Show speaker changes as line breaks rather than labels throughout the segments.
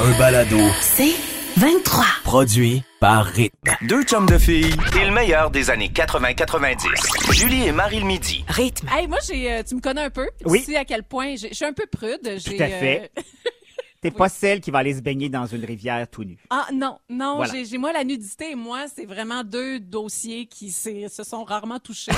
Un balado
C'est 23.
produit par Rythme.
Deux chums de filles et le meilleur des années 80-90. Julie et Marie le midi.
Rythme.
Hey, moi, j'ai, euh, tu me connais un peu.
Oui.
Tu sais à quel point j'ai- je suis un peu prude. euh,
Tout à fait. T'es pas celle qui va aller se baigner dans une rivière tout nu.
Ah non, non,
Voilà.
j'ai, j'ai- moi la nudité et moi, c'est vraiment deux dossiers qui s'est- se sont rarement touchés.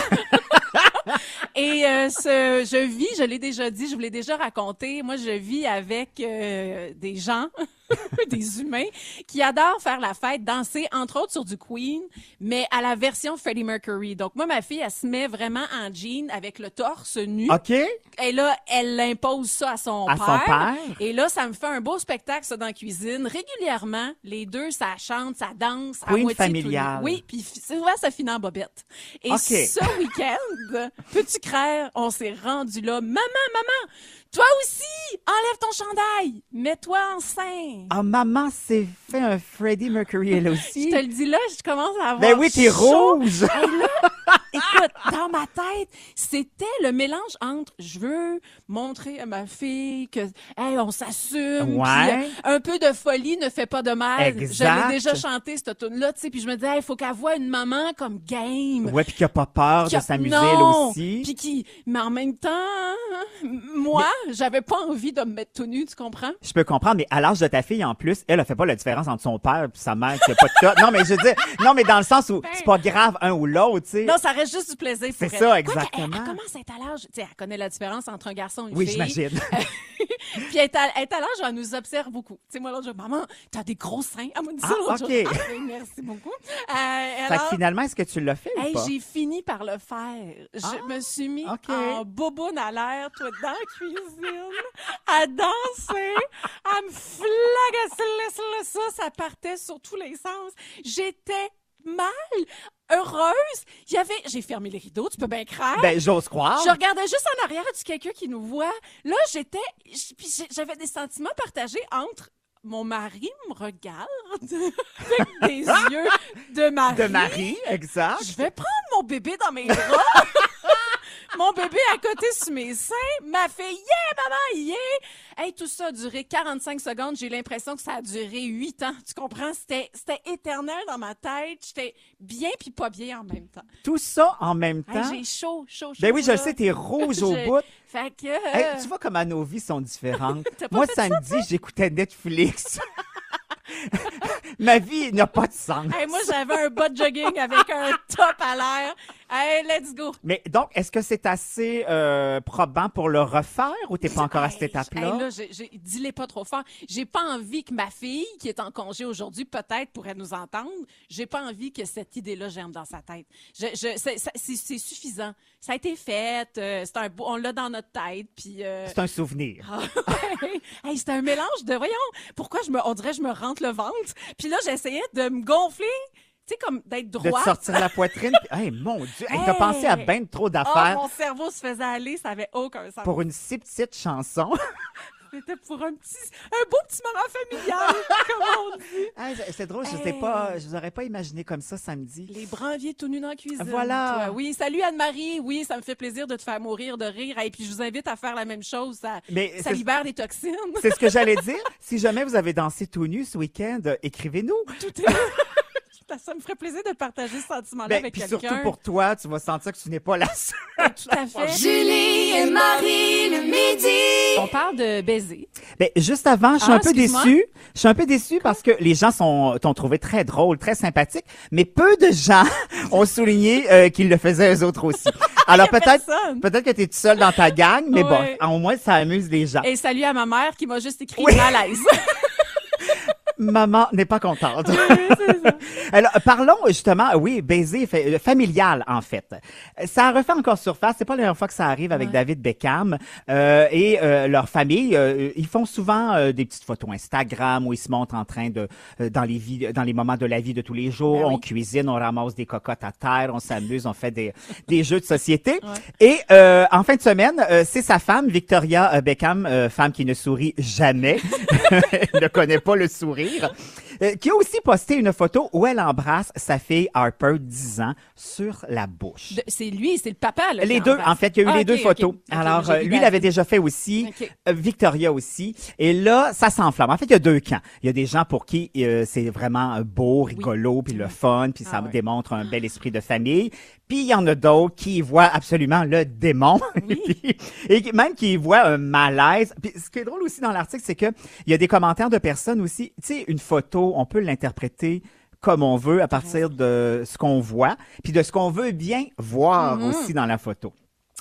et euh, ce, je vis, je l'ai déjà dit, je vous l'ai déjà raconté, moi je vis avec euh, des gens, des humains, qui adorent faire la fête, danser, entre autres sur du Queen, mais à la version Freddie Mercury. Donc moi, ma fille, elle se met vraiment en jean avec le torse nu.
OK?
Et là, elle impose ça à son
À
père.
son père.
Et là, ça me fait un beau spectacle, ça, dans la cuisine. Régulièrement, les deux, ça chante, ça danse.
Queen
à moitié tout nu.
familiale.
Oui, puis fi- souvent, ça finit en bobette. Et
OK.
ce week-end, peux-tu craindre, on s'est rendu là. Maman, maman, toi aussi, enlève ton chandail. Mets-toi enceinte.
Ah, maman s'est fait un Freddie Mercury, elle aussi.
Je te le dis là, je commence à avoir
ben oui, t'es
chaud. Ah,
rouge!
Hey, là, écoute, dans ma tête, c'était le mélange entre je veux montrer à ma fille que hey, on s'assume,
Ouais.
puis, euh, un peu de folie ne fait pas de mal.
Exact.
J'avais déjà chanté cette tune là, tu sais, puis je me disais il faut qu'elle voit une maman comme game.
Ouais, puis qui a pas peur
qui a-
de s'amuser, elle
Non!
aussi.
Puis qui, mais en même temps, hein, moi, j'avais pas envie de me mettre tout nu, tu comprends?
Je peux comprendre, mais à l'âge de ta fille, en plus, elle a fait pas la différence entre son père et sa mère qui a pas de top. Non, mais je veux dire, non, mais dans le sens où c'est pas grave un ou l'autre, tu sais.
Non, ça reste juste du plaisir pour
C'est ça,
elle. Quoi qu'elle- elle-
exactement.
Elle, commence à être à l'âge, tu sais, elle connaît la différence entre un garçon et une
Oui,
fille.
j'imagine.
Puis elle est à, elle est à l'âge où elle nous observe beaucoup. Tu sais, moi, l'autre jour, maman, t'as des gros seins. Elle m'a dit ça
Ah,
l'autre
OK.
jour. Ah, oui, merci beaucoup. Euh,
Fait que
alors,
finalement, est-ce que tu l'as fait
hey,
ou pas?
j'ai fini par le faire. Je
Ah,
me suis mis
OK.
en bouboune à l'air, toi, dans la cuisine, à danser, à me flagasser, ça, ça partait sur tous les sens. J'étais mal, heureuse. Il y avait, j'ai fermé les rideaux, tu peux bien craindre.
Ben, j'ose croire.
Je regardais juste en arrière, tu quelqu'un qui nous voit. Là, j'étais, j- puis j'ai- j'avais des sentiments partagés entre mon mari me regarde avec des yeux de mari.
De Marie, exact.
Je vais prendre mon bébé dans mes bras. mon bébé à côté sur mes seins. Ma fille, yeah, maman, yeah. Hey, tout ça a duré 45 secondes. J'ai l'impression que ça a duré 8 ans. Tu comprends? C'était, c'était éternel dans ma tête. J'étais bien puis pas bien en même temps.
Tout ça en même
Hey,
temps.
j'ai chaud, chaud, chaud.
Ben oui, je le
là.
sais, t'es rouge au
J'ai-
bout.
Fait que.
Hey, tu vois comment nos vies sont différentes.
Euh. T'as pas
Moi,
fait
samedi, j'écoutais Netflix. Ma vie n'a pas de sens.
Hey, moi, j'avais un bas de jogging avec un top à l'air. Hey, let's go.
Mais donc, est-ce que c'est assez euh, probant pour le refaire ou t'es pas encore à cette
Hey,
étape-là?
hey, là, j'ai- j'ai- dis-les pas trop fort. J'ai pas envie que ma fille, qui est en congé aujourd'hui, peut-être pourrait nous entendre. J'ai pas envie que cette idée-là germe dans sa tête. Je, je- c'est, ça- c'est- c'est suffisant. Ça a été fait. euh, c'est un beau- on l'a dans notre tête. Puis. euh,
C'est un souvenir.
Ah, ouais. Hey, c'était un mélange de voyons pourquoi je me on dirait que je me rentre le ventre puis là j'essayais de me gonfler tu sais comme d'être
De te
droit
sortir la poitrine. puis- Hey, mon Dieu, hey, t'as
Hey!
pensé à ben trop
Ah,
d'affaires
mon cerveau se faisait aller, ça avait aucun sens.
pour une si petite chanson.
C'était pour un petit, un beau petit moment familial, comme on dit.
Hey, c'est- c'est drôle, je sais
Hey!
pas, je vous aurais pas imaginé comme ça samedi.
Les branviers tout nus dans la cuisine.
Voilà.
toi. Oui, salut Anne-Marie. Oui, ça me fait plaisir de te faire mourir de rire. Et puis je vous invite à faire la même chose. Ça,
Mais
ça
c'est-
libère des toxines.
C'est ce que j'allais dire. Si jamais vous avez dansé tout nu ce week-end, euh, écrivez-nous.
Tout est- ça me ferait plaisir de partager ce sentiment-là
Ben,
avec
puis
quelqu'un.
surtout pour toi, tu vas sentir que tu n'es pas la seule.
Tout à fait.
Julie et Marie le midi.
On parle de baiser.
Ben, juste avant, je suis
Ah,
un peu
excuse-moi.
déçue. Je suis un peu déçue parce que les gens sont t'ont trouvé très drôle, très sympathique, mais peu de gens ont souligné euh, qu'ils le faisaient eux autres aussi. Alors peut-être
personne.
peut-être que tu es tout seul dans ta gang, mais
Ouais.
bon, au moins ça amuse les gens.
Et salut à ma mère qui m'a juste écrit
Oui.
malaise.
Maman n'est pas contente. Alors, parlons justement, oui, baiser fa- euh, familial, en fait. Euh, Ça refait encore surface. C'est pas la dernière fois que ça arrive avec David Beckham euh, et euh, leur famille. euh, ils font souvent euh, des petites photos Instagram où ils se montrent en train de, euh, dans les vies, dans les moments de la vie de tous les jours.
Ben oui.
On cuisine, on ramasse des cocottes à terre, on s'amuse, on fait des, des jeux de société. Et euh, en fin de semaine, euh, c'est sa femme, Victoria euh, Beckham, euh, femme qui ne sourit jamais, ne connaît pas le sourire, euh, qui a aussi posté une photo où elle embrasse sa fille Harper, 10 ans, sur la bouche.
De- C'est lui, c'est le papa. Là,
Les
qui
deux,
embrasse.
en fait, il y a eu
Ah,
les
ok,
deux
ok.
photos.
Ok,
Alors,
j'ai
euh,
lu
lui
la-
l'avait déjà fait aussi,
Ok.
euh, Victoria aussi. Et là, ça s'enflamme. En fait, il y a deux camps. Il y a des gens pour qui euh, c'est vraiment euh, beau, rigolo, puis le fun, puis ça
Ah ouais.
démontre un bel esprit de famille. Puis il y en a d'autres qui y voient absolument le démon, Puis- et qui- même qui y voient un malaise. Puis ce qui est drôle aussi dans l'article, c'est que il y a des commentaires de personnes aussi. Tu sais, une photo, on peut l'interpréter comme on veut à partir de ce qu'on voit, puis de ce qu'on veut bien voir
Mm-hmm.
aussi dans la photo.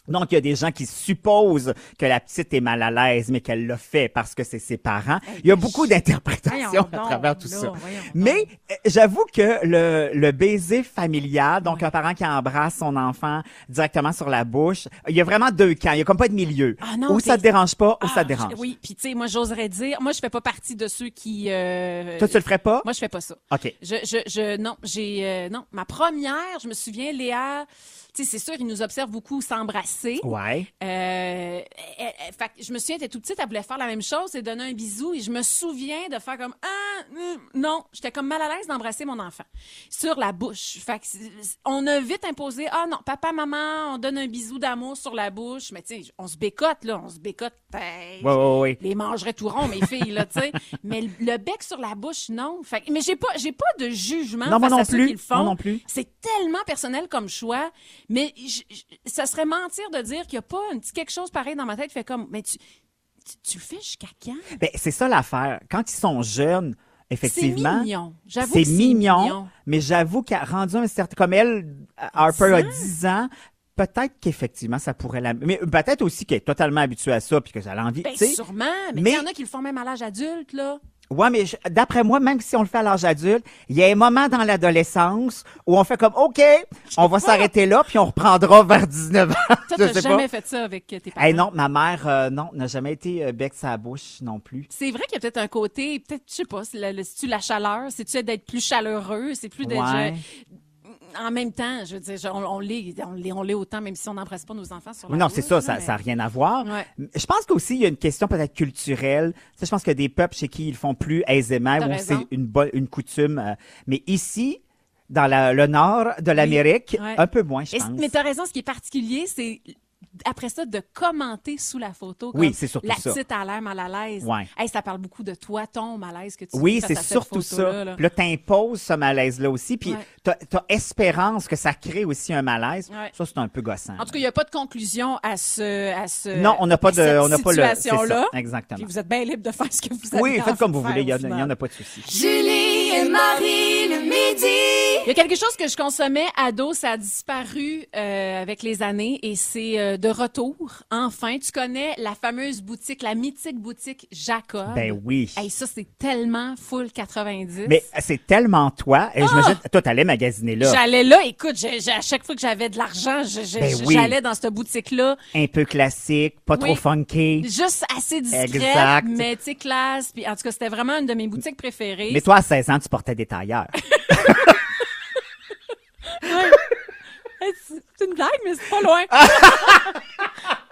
Donc, il y a des gens qui supposent que la petite est mal à l'aise, mais qu'elle l'a fait parce que c'est ses parents. Il y a beaucoup d'interprétations
Voyons
à
donc,
travers tout
là,
ça.
voyons donc.
Mais euh, j'avoue que le, le baiser familial, donc un parent qui embrasse son enfant directement sur la bouche, il y a vraiment deux camps. Il y a comme pas de milieu.
Ah non,
ou ça te
t'es-
dérange pas, ou
Ah,
oh, ça te dérange.
Oui, puis tu sais, moi, j'oserais dire, moi, je fais pas partie de ceux qui. euh,
Toi, tu le ferais pas? Ah.
Moi, je fais pas ça.
OK.
Je, je, je, non, j'ai, euh, non, ma première, je me souviens, Léa, tu sais, c'est sûr, ils nous observent beaucoup s'embrasser.
Ouais.
Euh, elle- elle- fait que je me souviens, elle était toute petite, elle voulait faire la même chose, c'est donner un bisou, et je me souviens de faire comme ah hum, non, j'étais comme mal à l'aise d'embrasser mon enfant sur la bouche. Fait que c'est- on a vite imposé ah non, papa, maman, on donne un bisou d'amour sur la bouche, mais tu sais, on se bécote là, on se bécote. Ben,
Ouais, ouais, ouais.
les mangerais tout rond, mes filles, là, tu sais. Mais le, le bec sur la bouche, non. Fait, que- mais j'ai pas, j'ai pas de jugement
Non, moi
face
non
à ceux
plus.
qui le font.
Moi non plus.
C'est tellement personnel comme choix. Mais je- je- ça serait mentir de dire qu'il y a pas un petit quelque chose pareil dans ma tête. Fait comme, mais tu, tu, tu le fais jusqu'à quand?
Ben, c'est ça l'affaire. Quand ils sont jeunes, effectivement.
C'est mignon. J'avoue
C'est
que c'est
mignon,
mignon.
mais j'avoue qu'à rendu un certain, comme elle, Harper a 10 ans, peut-être qu'effectivement, ça pourrait la, mais peut-être aussi qu'elle est totalement habituée à ça puis que ça l'envie,
Ben,
tu sais.
sûrement. Mais il
mais-
y en a qui le font même à l'âge adulte, là.
Ouais, mais je- d'après moi, même si on le fait à l'âge adulte, il y a un moment dans l'adolescence où on fait comme, OK, on va s'arrêter là puis on reprendra vers 19 ans.
Toi,
Je
t'as
sais pas.
jamais fait ça avec euh, tes parents.
Eh non, ma mère, euh, non, n'a jamais été euh, bec sa bouche non plus.
C'est vrai qu'il y a peut-être un côté, peut-être, je sais pas, c'est la, le- c'est-tu la chaleur, c'est-tu d'être plus chaleureux, c'est plus d'être...
Ouais.
en même temps, je veux dire, je- on, on l'est, on l'est, on l'est autant, même si on n'embrasse pas nos enfants sur la
Oui, non,
route,
c'est ça,
là,
ça
mais-
n'a rien à voir.
Ouais.
Je pense qu'aussi, il y a une question peut-être culturelle. Ça, je pense qu'il y a des peuples chez qui ils le font plus aisément,
T'as
où
raison.
c'est une, bonne- une coutume. euh, mais ici, dans la- le nord de l'Amérique,
Ouais.
un peu moins, je
Et-
pense.
mais t'as raison, ce qui est particulier, c'est après ça de commenter sous la photo.
Oui,
comme,
c'est surtout
La
ça.
petite a l'air mal à l'aise.
Ouais.
Hey, ça parle beaucoup de toi, ton malaise que tu vis
Oui,
face
c'est
à cette
surtout
photo-là,
ça.
là.
Puis là, t'imposes ce malaise-là aussi, puis
Ouais.
t'as t'as espérance que ça crée aussi un malaise.
Ouais.
Ça, c'est un peu gossant.
En tout cas, il n'y a pas de conclusion à ce, à ce.
non, on n'a pas
à
de,
cette
on n'a pas le, c'est
situation-là.
ça, exactement.
Puis vous êtes bien libre de faire ce que vous avez
Oui,
envie
faites comme
de
vous
faire,
voulez, il y
au
en a- il
final.
n'y en a pas de souci.
Julie et Marie le midi.
Il y a quelque chose que je consommais ado, ça a disparu euh, avec les années et c'est euh, de retour. Enfin, tu connais la fameuse boutique, la mythique boutique Jacob.
Ben oui.
Hey, ça, c'est tellement full 90.
Mais c'est tellement toi. Et je me toi, t'allais magasiner là.
Ah! J'allais là, écoute, j'ai- j'ai- à chaque fois que j'avais de l'argent, je- je-
Ben
je-
oui.
j'allais dans cette boutique-là,
un peu classique, pas
Oui.
trop funky.
juste assez discrète,
Exact.
mais tu sais, classe. Puis en tout cas, c'était vraiment une de mes boutiques préférées.
Mais toi, à 16 ans, tu portais des tailleurs.
Hey, C'est c'est une blague, mais c'est pas loin.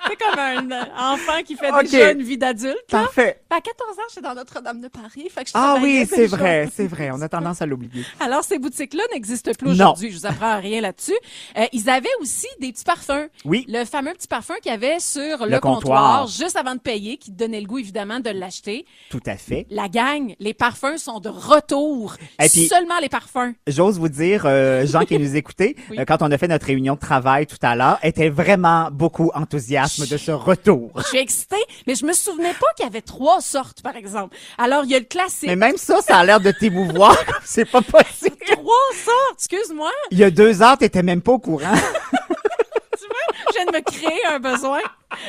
c'est comme un enfant qui fait
Ok.
déjà une vie d'adulte. là.
Parfait.
À 14 ans, j'étais dans Notre-Dame de Paris. Fait que je
Ah
travaillais
oui,
déjà.
c'est vrai, c'est vrai. On a tendance à l'oublier.
Alors, ces boutiques-là n'existent plus
Non.
aujourd'hui. Je vous apprends rien là-dessus. Euh, ils avaient aussi des petits parfums.
Oui.
Le fameux petit parfum qu'il y avait sur le,
Le
comptoir,
comptoir.
juste avant de payer, qui te donnait le goût, évidemment, de l'acheter.
Tout à fait.
La gang, les parfums sont de retour.
Et puis-
Seulement les parfums.
J'ose vous dire, euh, Jean qui nous écoutait,
Oui.
euh, quand on a fait notre réunion de travail tout à l'heure, était vraiment beaucoup enthousiasme de ce retour.
Je suis excitée, mais je me souvenais pas qu'il y avait trois sortes, par exemple. Alors, il y a le classique.
Mais même ça, ça a l'air de t'émouvoir. c'est pas possible.
Trois sortes, excuse-moi.
Il y a deux heures, t'étais même pas au courant.
Je viens de me créer un besoin.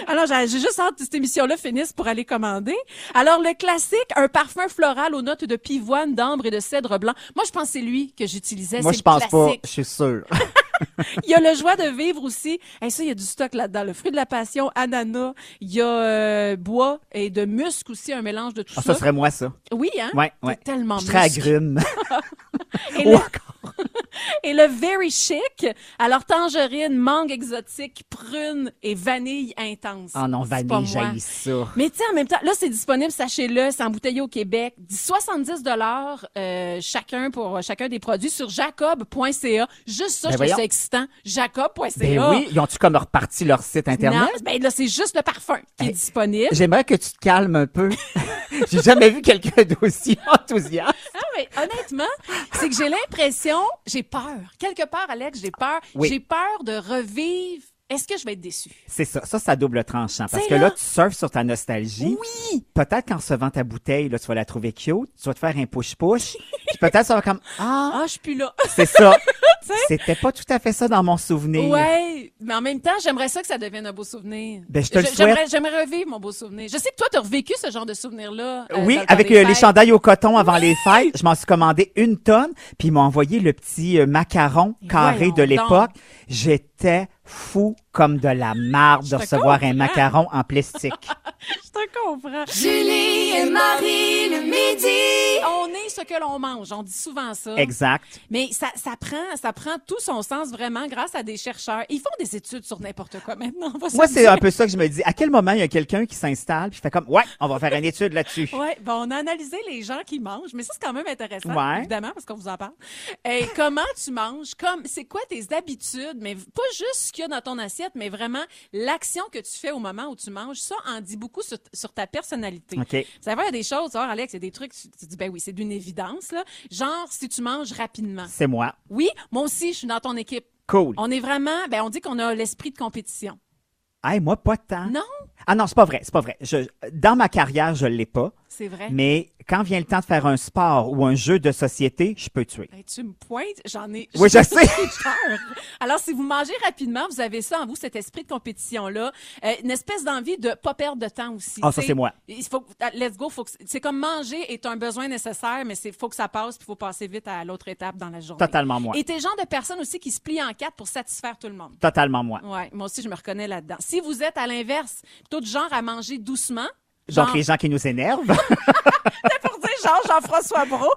Alors, j'ai j'ai juste hâte que cette émission-là finisse pour aller commander. Alors, le classique, un parfum floral aux notes de pivoine, d'ambre et de cèdre blanc. Moi, je pense que c'est lui que j'utilisais.
Moi,
c'est
je
le
pense pas.
classique.
Je suis Ah, sûr.
Il y a le joie de vivre aussi. Et ça, il y a du stock là-dedans. Le fruit de la passion, ananas. Il y a euh, bois et de musc aussi, un mélange de tout
Ah,
ça.
ça serait moi, ça.
Oui, hein?
Ouais,
C'est
ouais.
tellement
Je serais
musc.
agrume.
Et
Ou
le-
encore.
et le very chic. Alors, tangerine, mangue exotique, prune et vanille intense.
Ah non,
C'est pas
vanille,
moi.
jaillit ça.
Mais tu sais, en même temps, là, c'est disponible, sachez-le, c'est embouteillé au Québec. Dis 70 dollars chacun pour euh, chacun des produits sur jacob.ca. Juste ça,
Ben
je trouve
voyons.
ça excitant. Jacob.ca.
Ben oui, ils ont-tu comme reparti leur site Internet?
Non, ben là, c'est juste le parfum qui est
Hey.
disponible.
J'aimerais que tu te calmes un peu. J'ai jamais vu quelqu'un d'aussi enthousiaste.
Non, mais Ah honnêtement, c'est que j'ai l'impression, j'ai peur. Quelque part, Alex, j'ai peur.
Oui.
J'ai peur de revivre. Est-ce que je vais être déçue?
C'est ça, ça, ça double tranchant. Parce
C'est
que
là.
là, tu surfes sur ta nostalgie. Oui! Peut-être qu'en recevant ta bouteille, là, tu vas la trouver cute, tu vas te faire un push-push, puis peut-être ça va comme, ah,
Ah, je suis plus là.
c'est ça. C'était pas tout à fait ça dans mon souvenir.
Ouais, mais en même temps, j'aimerais ça que ça devienne un beau souvenir.
Ben, je te le
Je-
souhaite.
J'aimerais, j'aimerais revivre mon beau souvenir. Je sais que toi, t'as revécu ce genre de souvenir-là. euh,
Oui,
dans le temps
avec
des
euh, les
fêtes.
chandails au coton avant les fêtes, je m'en suis commandé une tonne, puis ils m'ont envoyé le petit euh, macaron carré
voyons
de l'époque.
donc.
J'étais fou comme de la marde de
te
recevoir un
comprends.
macaron en plastique.
Je te comprends.
Julie et Marie le midi.
On est ce que l'on mange. On dit souvent ça.
exact.
Mais ça, ça prend, ça prend tout son sens vraiment grâce à des chercheurs. Ils font des études sur n'importe quoi maintenant. on va se
Moi,
le
c'est
dire.
un peu ça que je me dis. À quel moment il y a quelqu'un qui s'installe puis fait comme ouais, on va faire une étude là-dessus.
Ouais, ben on a analysé les gens qui mangent, mais ça c'est quand même intéressant,
Ouais.
évidemment, parce qu'on vous en parle. Et comment tu manges, comme c'est quoi tes habitudes, mais pas juste ce qu'il y a dans ton assiette, mais vraiment l'action que tu fais au moment où tu manges, ça en dit beaucoup sur, sur ta personnalité.
Ok.
Ça va il y a des choses, tu vois, Alex, il y a des trucs, tu, tu dis ben oui, c'est d'une évidence là. Genre si tu manges rapidement.
C'est moi.
Oui, moi aussi, je suis dans ton équipe.
Cool.
On est vraiment, ben on dit qu'on a l'esprit de compétition.
Hey, moi pas tant.
Non,
Ah non, c'est pas vrai, c'est pas vrai. Je, dans ma carrière, je l'ai pas,
c'est vrai.
mais quand vient le temps de faire un sport ou un jeu de société, je peux tuer.
Ben, tu me pointes, j'en ai.
Oui, je sais.
peur. Alors, si vous mangez rapidement, vous avez ça en vous, cet esprit de compétition-là, euh, une espèce d'envie de pas perdre de temps aussi.
Ah, ça,
Tu sais,
c'est moi.
Il faut, ah, let's go, faut que, c'est comme manger est un besoin nécessaire, mais c'est faut que ça passe, puis faut passer vite à l'autre étape dans la journée.
Totalement moi.
Et t'es le genre de personne aussi qui se plie en quatre pour satisfaire tout le monde.
Totalement moi.
Ouais, moi aussi, je me reconnais là-dedans. Si vous êtes à l'inverse, plutôt du genre à manger doucement,
Donc
genre,
les gens qui nous énervent,
pour dire genre Jean-François Brault,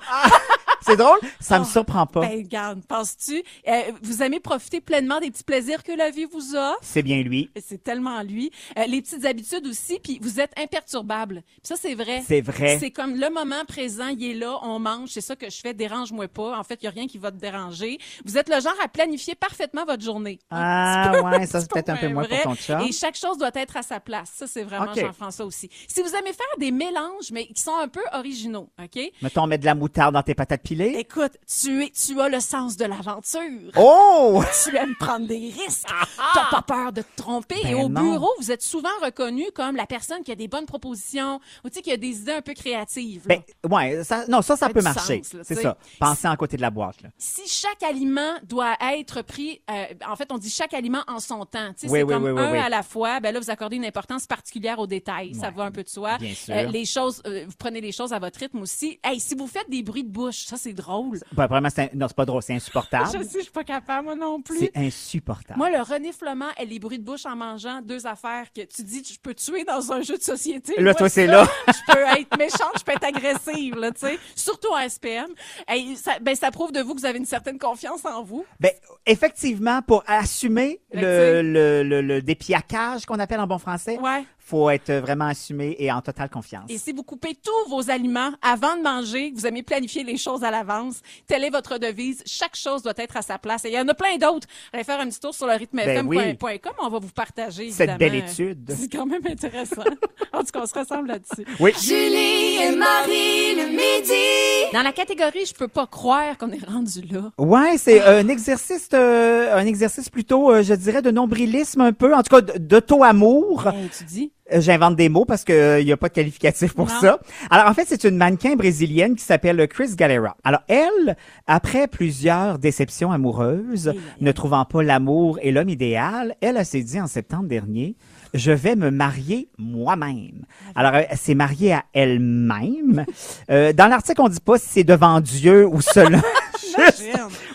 c'est drôle, ça me
Oh,
surprend pas.
ben garde, penses-tu, euh, vous aimez profiter pleinement des petits plaisirs que la vie vous offre? Ben,
C'est bien lui.
C'est tellement lui. Euh, les petites habitudes aussi, puis vous êtes imperturbable. Puis ça, c'est vrai.
C'est vrai.
ben, C'est comme le moment présent, il est là, on mange, c'est ça que je fais, dérange-moi pas. En fait, il y a rien qui va te déranger. Vous êtes le genre à planifier parfaitement votre journée.
Ah ouais, ça c'est peut-être un peu moins pour ton
chat.
chat.
Et chaque chose doit être à sa place. Ça, c'est vraiment
OK.
Jean-François aussi. Si vous aimez faire des mélanges, mais qui sont un peu originaux, OK?
Mettons, mettre de la moutarde dans tes patates pilées.
Écoute, tu, es, tu as le sens de l'aventure.
Oh!
Tu aimes prendre des risques. T'as pas peur de te tromper.
Ah, Ben
et au
non.
bureau, vous êtes souvent reconnu comme la personne qui a des bonnes propositions ou tu sais, qui a des idées un peu créatives. là.
Ben, ouais, ça, non, ça, ça
Fait
peut
du
marcher.
sens, là,
C'est
tu
ça.
sais.
Penser en côté de la boîte, là.
Si chaque aliment doit être pris, euh, en fait, on dit chaque aliment en son temps. Tu sais,
Oui,
c'est
oui,
comme
oui, oui,
un
oui.
à la fois. Ben là, vous accordez une importance particulière aux détails. Ça
Ouais,
va un peu de soi.
bien sûr.
les choses, euh, vous prenez les choses à votre rythme aussi. Hey, si vous faites des bruits de bouche, ça c'est drôle.
Ben, vraiment, c'est, un- non, c'est pas drôle, c'est
Je
insupportable.
sais, je suis pas capable moi non plus.
c'est insupportable.
Moi, le reniflement et les bruits de bouche en mangeant, deux affaires que tu dis, je peux tuer dans un jeu de société.
Là,
Moi,
toi, c'est
ça,
là.
je peux être méchante, je peux être agressive, là, tu sais. Surtout en SPM. Hey, ça, ben, ça prouve de vous que vous avez une certaine confiance en vous.
Ben, effectivement, pour assumer
Fait
le, le, le, le dépiaquage qu'on appelle en bon français,
Ouais.
faut être vraiment assumé et en totale confiance.
Et si vous coupez tous vos aliments avant de manger, que vous aimez planifier les choses à l'avance, telle est votre devise. Chaque chose doit être à sa place. Et il y en a plein d'autres. Allez faire un petit tour sur le rythmefm.com. On va vous partager,
Ben Cette
évidemment.
belle étude.
C'est quand même intéressant. en tout cas, on se ressemble là-dessus.
Oui.
Julie et Marie le midi.
Dans la catégorie, je peux pas croire qu'on est rendu là.
Ouais, c'est un exercice, euh, un exercice plutôt, euh, je dirais, de nombrilisme un peu, en tout cas d- d'auto-amour.
Hey, tu dis?
Euh, J'invente des mots parce que euh, il y a pas de qualificatif pour
Non.
ça. Alors en fait, c'est une mannequin brésilienne qui s'appelle euh, Chris Galera. Alors elle, après plusieurs déceptions amoureuses, ne trouvant pas l'amour et l'homme idéal, elle, elle s'est dit en septembre dernier, je vais me marier moi-même. Alors euh, elle s'est mariée à elle-même. Euh, dans l'article, on dit pas si c'est devant Dieu ou selon. juste,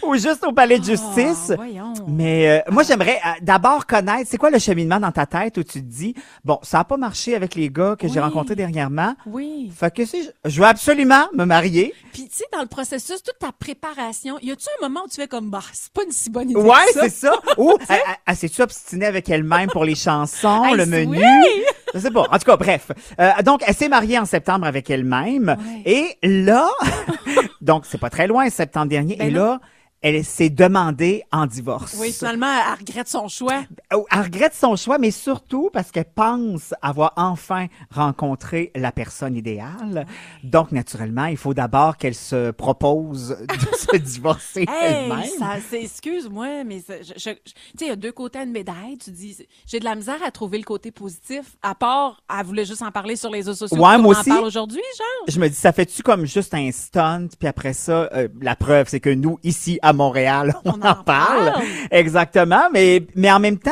ou juste au palais de justice.
Ah, voyons.
Mais euh, moi, j'aimerais euh, d'abord connaître, c'est quoi le cheminement dans ta tête où tu te dis, bon, ça a pas marché avec les gars que
Oui.
j'ai rencontrés dernièrement.
Oui.
Fait que si je, je veux absolument me marier.
Puis, tu sais, dans le processus, toute ta préparation, y a-tu un moment où tu fais comme, bah, c'est pas une si bonne idée?
Ouais,
que ça?
c'est ça. Ou elle, elle- elle s'est-tu obstinée avec elle-même pour les chansons,
Hey,
le
c'est-
menu?
oui!
Je sais pas. En tout cas, bref. Euh, donc, elle s'est mariée en septembre avec elle-même. Et là, donc c'est pas très loin, septembre dernier.
Ben
et
non.
là, elle s'est demandée en divorce.
Oui, finalement, elle regrette son choix.
Oh, Elle regrette son choix, mais surtout parce qu'elle pense avoir enfin rencontré la personne idéale. Donc, naturellement, il faut d'abord qu'elle se propose de se divorcer
Hey,
elle-même.
ça, c'est- excuse-moi, mais ça- je- je- je- tu sais, il y a deux côtés à une médaille. Tu dis, j'ai de la misère à trouver le côté positif. À part, elle voulait juste en parler sur les réseaux sociaux.
Ouais,
comme
moi
on
aussi.
en parle aujourd'hui, genre.
Je me dis, ça fait-tu comme juste un stunt, puis après ça, euh, la preuve, c'est que nous, ici, à Montréal, on, en, parle. Exactement, mais, mais en même temps,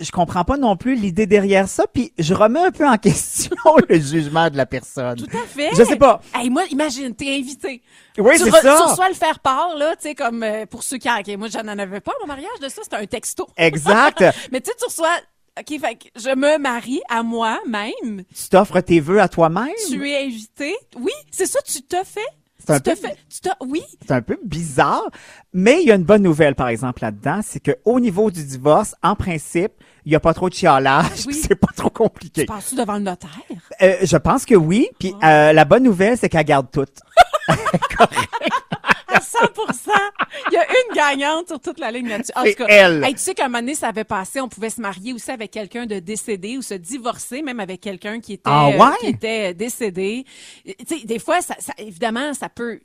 je comprends pas non plus l'idée derrière ça, puis je remets un peu en question le jugement de la personne.
Tout à fait.
Je sais pas.
Hey, moi, imagine, t'es invité.
Oui,
tu,
c'est
re-
ça.
tu reçois le faire part, là, tu sais, comme euh, pour ceux qui ok, Moi, je n'en avais pas à mon mariage de ça, c'était un texto.
Exact.
Mais tu sais, tu reçois. OK, fait que je me marie à moi-même.
tu t'offres tes vœux à toi-même.
Tu es invité. Oui, c'est ça, tu te fais.
Hmm. C'est un
Tu te
peu-
fais. Tu te... Oui.
C'est un peu bizarre, mais il y a une bonne nouvelle, par exemple, là-dedans, c'est que au niveau du divorce, en principe, il y a pas trop de chialage, puis
Oui.
c'est pas trop compliqué.
Tu passes-tu devant le notaire?
Euh, je pense que oui, puis
Ah.
euh, la bonne nouvelle, c'est qu'elle garde toutes.
À 100 Il y a une gagnante sur toute la ligne là-dessus. En
C'est
tout cas,
elle.
hey, tu sais qu'à un moment donné, ça avait passé, on pouvait se marier aussi avec quelqu'un de décédé ou se divorcer même avec quelqu'un qui était euh,
Ah ouais?
qui était décédé. Tu sais, des fois, ça, ça- évidemment, ça peut...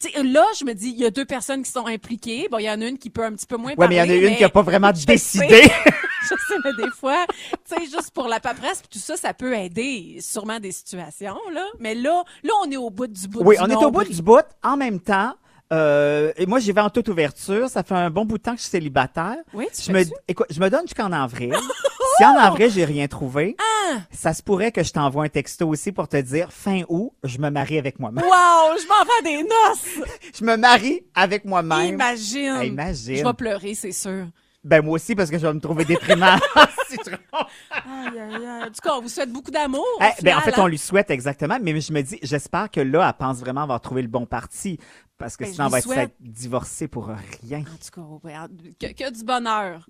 tu sais, là, je me dis, il y a deux personnes qui sont impliquées. Bon, il y en a une qui peut un petit peu moins
Ouais, mais il
parler.
y en a une qui a pas vraiment
je
décidé.
sais. je sais, mais des fois, tu sais, juste pour la paperasse, puis tout ça, ça peut aider sûrement des situations, là. Mais là, là, on est au bout du bout
Oui,
du
on est au bout
nombril.
du bout. En même temps, euh, et moi, j'y vais en toute ouverture. Ça fait un bon bout de temps que je suis célibataire.
Oui, tu
je me,
fais-tu?
écoute, je me donne jusqu'en avril. si en avril, j'ai rien trouvé,
Ah!
ça se pourrait que je t'envoie un texto aussi pour te dire fin août, je me marie avec moi-même.
Wow, je m'en vais à des noces!
Je me marie avec
Eh
moi-même.
ben- Imagine!
Hey, imagine.
Je vais pleurer, c'est sûr.
Ben, moi aussi, parce que je vais me trouver déprimant. Si je-
Aïe, aïe, aïe. En tout cas, Eh, on vous souhaite beaucoup d'amour. au
Eh, ben, en
final,
fait, on
hein.
lui souhaite exactement, mais je me dis, j'espère que là, elle pense vraiment avoir trouvé le bon parti, parce que
Ben, je
sinon, elle
lui
va être
souhaite.
divorcée pour rien.
En tout cas, ouais, en- que, que du bonheur.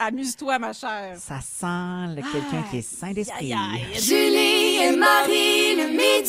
Amuse-toi, ma chère.
Ça sent le- quelqu'un qui est sain d'esprit.
Aïe, aïe.
Julie et Marie le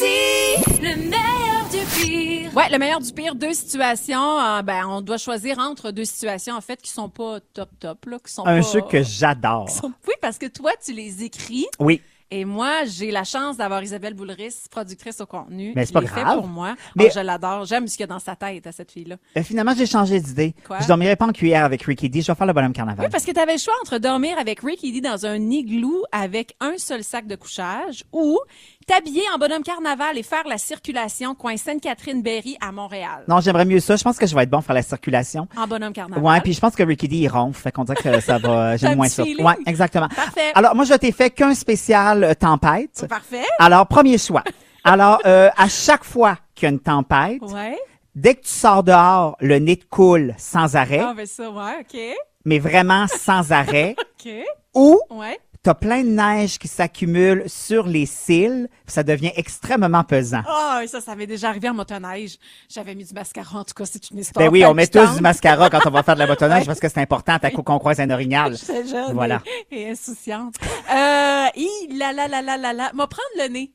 midi. Le meilleur du pire.
Ouais, le meilleur du pire, deux situations. euh, ben, on doit choisir entre deux situations, en fait, qui sont pas top top, là, qui sont
Un
pas-
jeu que j'adore.
qui sont- Oui, parce que toi, tu les écris.
Oui.
Et moi, j'ai la chance d'avoir Isabelle Boulris, productrice au contenu.
Mais
qui
c'est pas
les fait
grave.
pour moi.
Mais-
Oh, je l'adore. J'aime ce qu'il y a dans sa tête à cette fille-là.
Euh, finalement, j'ai changé d'idée.
Quoi?
Je dormirai pas en cuillère avec Ricky D. Je vais faire le bonhomme carnaval.
Oui, parce que tu avais le choix entre dormir avec Rick Eddy dans un igloo avec un seul sac de couchage ou t'habiller en bonhomme carnaval et faire la circulation coin Sainte-Catherine-Berry à Montréal.
Non, j'aimerais mieux ça. Je pense que je vais être bon pour faire la circulation.
En bonhomme carnaval.
Ouais, puis je pense que Ricky D, il ronfle. Fait qu'on dirait que ça va,
T'as
j'aime
un
moins
petit
ça.
feeling.
Ouais, exactement.
Parfait.
Alors, moi, je t'ai fait qu'un spécial euh, tempête.
Parfait.
Alors, premier choix. Alors, euh, à chaque fois qu'il y a une tempête,
Ouais.
dès que tu sors dehors, le nez te coule sans arrêt,
Ah, ben ça, ouais, OK.
mais vraiment sans arrêt,
OK.
ou
Ouais.
t'as plein de neige qui s'accumule sur les cils, puis ça devient extrêmement pesant.
Ah, ça, ça m'est déjà arrivé en motoneige. J'avais mis du mascara. En tout cas, c'est une histoire.
Ben oui, on met tous
palpitante.
du mascara quand on va faire de la motoneige parce que c'est important à coup qu'on croise un orignal.
J'étais jeune
Voilà.
et, et insouciante. Euh, hi, la la la la la la. M'a prendre le nez.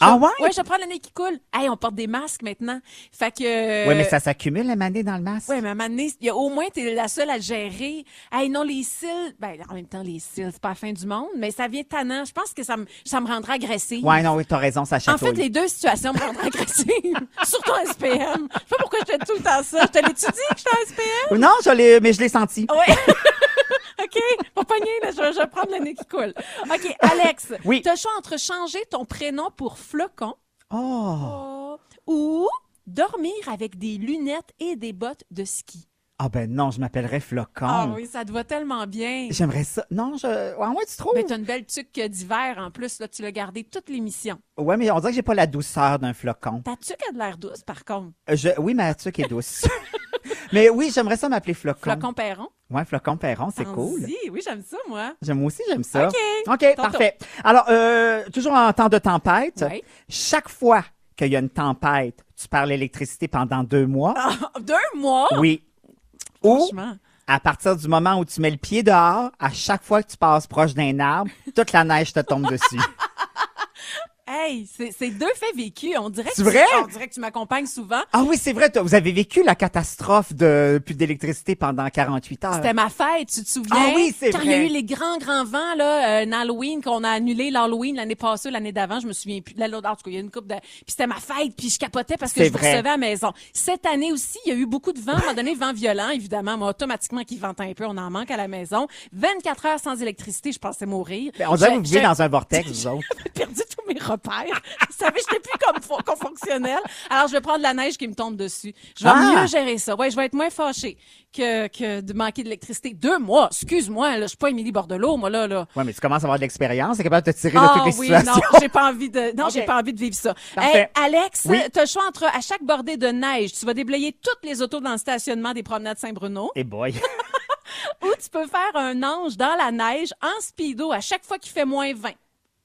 Je-
Ah ouais?
Ouais, je vais prendre le nez qui coule. Hey, on porte des masques maintenant. Fait que. euh,
Ouais, mais ça s'accumule la manée dans le masque.
Ouais, mais à un moment donné, il y a- au moins, t'es la seule à le gérer. Hey, non, les cils. Ben, en même temps, les cils, c'est pas la fin du monde, mais ça vient tannant. Je pense que ça me, ça me rendra agressive.
Ouais, non, oui, t'as raison, ça
En
chatouille.
fait, les deux situations me rendent agressive. Surtout en SPM. Je sais pas pourquoi je fais tout le temps ça. Je te l'ai-tu dit que j'étais en SPM?
Non, je l'ai, mais je l'ai senti.
Ouais. OK. Pas pogné, là. Je, vais- je vais prendre le nez qui coule. OK. Alex.
Oui.
T'as le choix entre changer ton prénom pour flocon
Oh,
ou dormir avec des lunettes et des bottes de ski.
oh, Ah ben non, je m'appellerais Flocon.
Ah oui, ça te va tellement bien.
J'aimerais ça. Non, je. Ah ouais, tu trouves?
Ben, t'as une belle tuque euh, d'hiver en plus, là, tu l'as gardée toute l'émission.
Ouais, mais on dirait que j'ai pas la douceur d'un flocon.
Ta tuque a de l'air douce, par contre.
Euh, Je... Oui, ma tuque est douce. mais oui, j'aimerais ça m'appeler Flocon.
Flocon Perron.
Ouais, Flocon Perron, c'est cool.
Pense-y. Oui, j'aime ça, moi.
J'aime aussi, j'aime ça.
OK.
OK,
Tonton.
parfait. Alors, euh, toujours en temps de tempête,
Oui.
chaque fois qu'il y a une tempête, tu perds l'électricité pendant deux mois.
Ah, Deux mois?
Oui. Ou,
Franchement.
à partir du moment où tu mets le pied dehors, à chaque fois que tu passes proche d'un arbre, toute la neige te tombe dessus.
Hey, c'est c'est deux faits vécus. On dirait, que
C'est
tu-
vrai?
on dirait que tu m'accompagnes souvent.
Ah oui, c'est vrai, toi, vous avez vécu la catastrophe de plus d'électricité pendant 48 heures.
C'était ma fête, tu te souviens?
Ah oui, c'est
Quand il y a
vrai.
eu les grands, grands vents, là, euh, Halloween, qu'on a annulé l'Halloween l'année passée, l'année d'avant, je me souviens plus. Là, l'autre, en tout cas, il y a une coupe de... Puis c'était ma fête, puis je capotais parce que
C'est
je vous
vrai.
recevais à la maison. Cette année aussi, il y a eu beaucoup de vent. À un moment donné, vent violent, évidemment. Moi, automatiquement, qui vente un peu, on en manque à la maison. 24 heures sans électricité, je pensais mourir.
Ben, on dirait que
J'ai-
vous viviez
j'ai-
dans un vortex, vous autres.
J'ai perdu tous mes repères. Vous savez, je n'étais plus comme fo- comme fonctionnelle. Alors, je vais prendre la neige qui me tombe dessus. Je vais
Ah!
mieux gérer ça. Ouais, je vais être moins fâchée que, que de manquer d'électricité. Deux mois, excuse-moi, là, je suis pas Émilie Bordelot, moi, là, là.
Ouais, mais tu commences à avoir de l'expérience, t'es capable de te tirer de
Ah
toutes les
oui,
situations.
non, j'ai pas envie de, non, j'ai
Ok.
pas envie de vivre ça.
Parfait.
Hey, Alex,
Oui.
t'as le choix entre, à chaque bordée de neige, tu vas déblayer toutes les autos dans le stationnement des promenades Saint-Bruno,
Eh boy.
ou tu peux faire un ange dans la neige en speedo à chaque fois qu'il fait moins 20.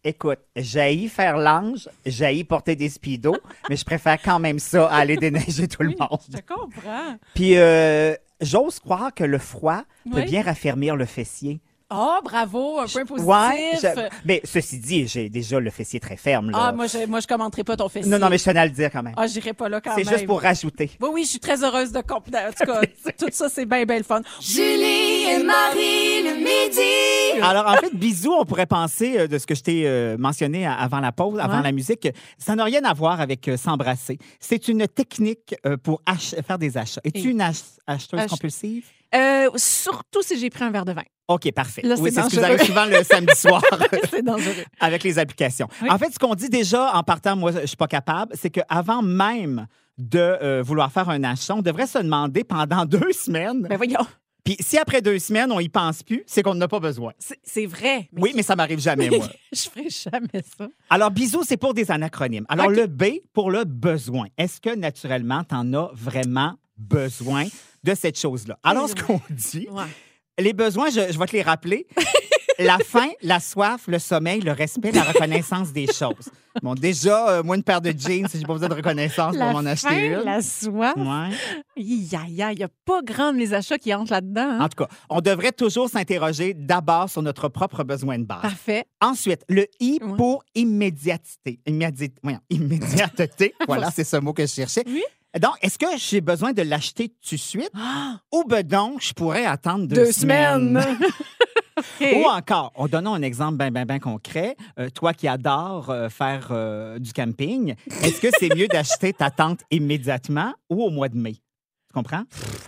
Écoute, j'ai faire l'ange, j'ai porter des speedos, mais je préfère quand même ça à aller déneiger tout le
Je
monde.
te comprends.
Puis euh, j'ose croire que le froid peut
Oui.
bien raffermir le fessier.
Ah, bravo, un point positif.
Ouais, je- mais ceci dit, j'ai déjà le fessier très ferme. Là.
Ah, moi, je, moi, je commenterai pas ton fessier.
non, non, mais je tenais à le dire quand même.
Ah, j'irai pas là quand
C'est
même.
juste pour rajouter.
Oui, oui, je suis très heureuse de... comp- En tout cas, tout ça, c'est bien, bien le fun.
Julie et Marie le midi.
Alors, en fait, bisous, on pourrait penser euh, de ce que je t'ai euh, mentionné a- avant la pause, avant
Ouais.
la musique, que ça n'a rien à voir avec euh, s'embrasser. C'est une technique euh, pour ach- faire des achats. Es-tu
Et-
une ach- acheteuse
Ach-
compulsive?
Euh, surtout si j'ai pris un verre de vin.
OK, parfait.
Là, c'est
oui, c'est ce qui nous
dangereux.
arrive souvent le samedi soir
c'est dangereux.
avec les applications.
Oui.
En fait, ce qu'on dit déjà en partant, moi, je suis pas capable, c'est qu'avant même de euh, vouloir faire un achat, on devrait se demander pendant deux semaines.
Ben voyons,
Puis si après deux semaines, on y pense plus, c'est qu'on n'a pas besoin.
c'est- c'est vrai. mais
Oui, mais ça m'arrive jamais, moi.
Je ferai jamais ça.
Alors, bisous, c'est pour des anacronymes. Alors,
OK.
le B pour le besoin. Est-ce que naturellement, tu en as vraiment besoin de cette chose-là? Alors, ce qu'on dit,
Ouais.
les besoins, je, je vais te les rappeler. la faim, la soif, le sommeil, le respect, la reconnaissance des choses. Bon, déjà, euh, moi, une paire de jeans, j'ai pas besoin de reconnaissance
La
pour m'en acheter
faim,
une.
la soif.
Ouais.
Hi, hi, hi, Il y a pas grand les achats qui entrent là-dedans. hein.
En tout cas, on devrait toujours s'interroger d'abord sur notre propre besoin de base.
Parfait.
Ensuite, le I
Ouais.
pour immédiateté. Immédiat- voyons, immédiateté. voilà, c'est ce mot que je cherchais.
Oui.
Donc, est-ce que j'ai besoin de l'acheter tout de suite
Ah,
ou ben donc je pourrais attendre deux, Oh,
deux semaines. OK.
Ou encore, en donnant un exemple bien, bien, bien concret, euh, toi qui adores euh, faire euh, du camping, est-ce que c'est mieux d'acheter ta tente immédiatement ou au mois de mai? Tu comprends?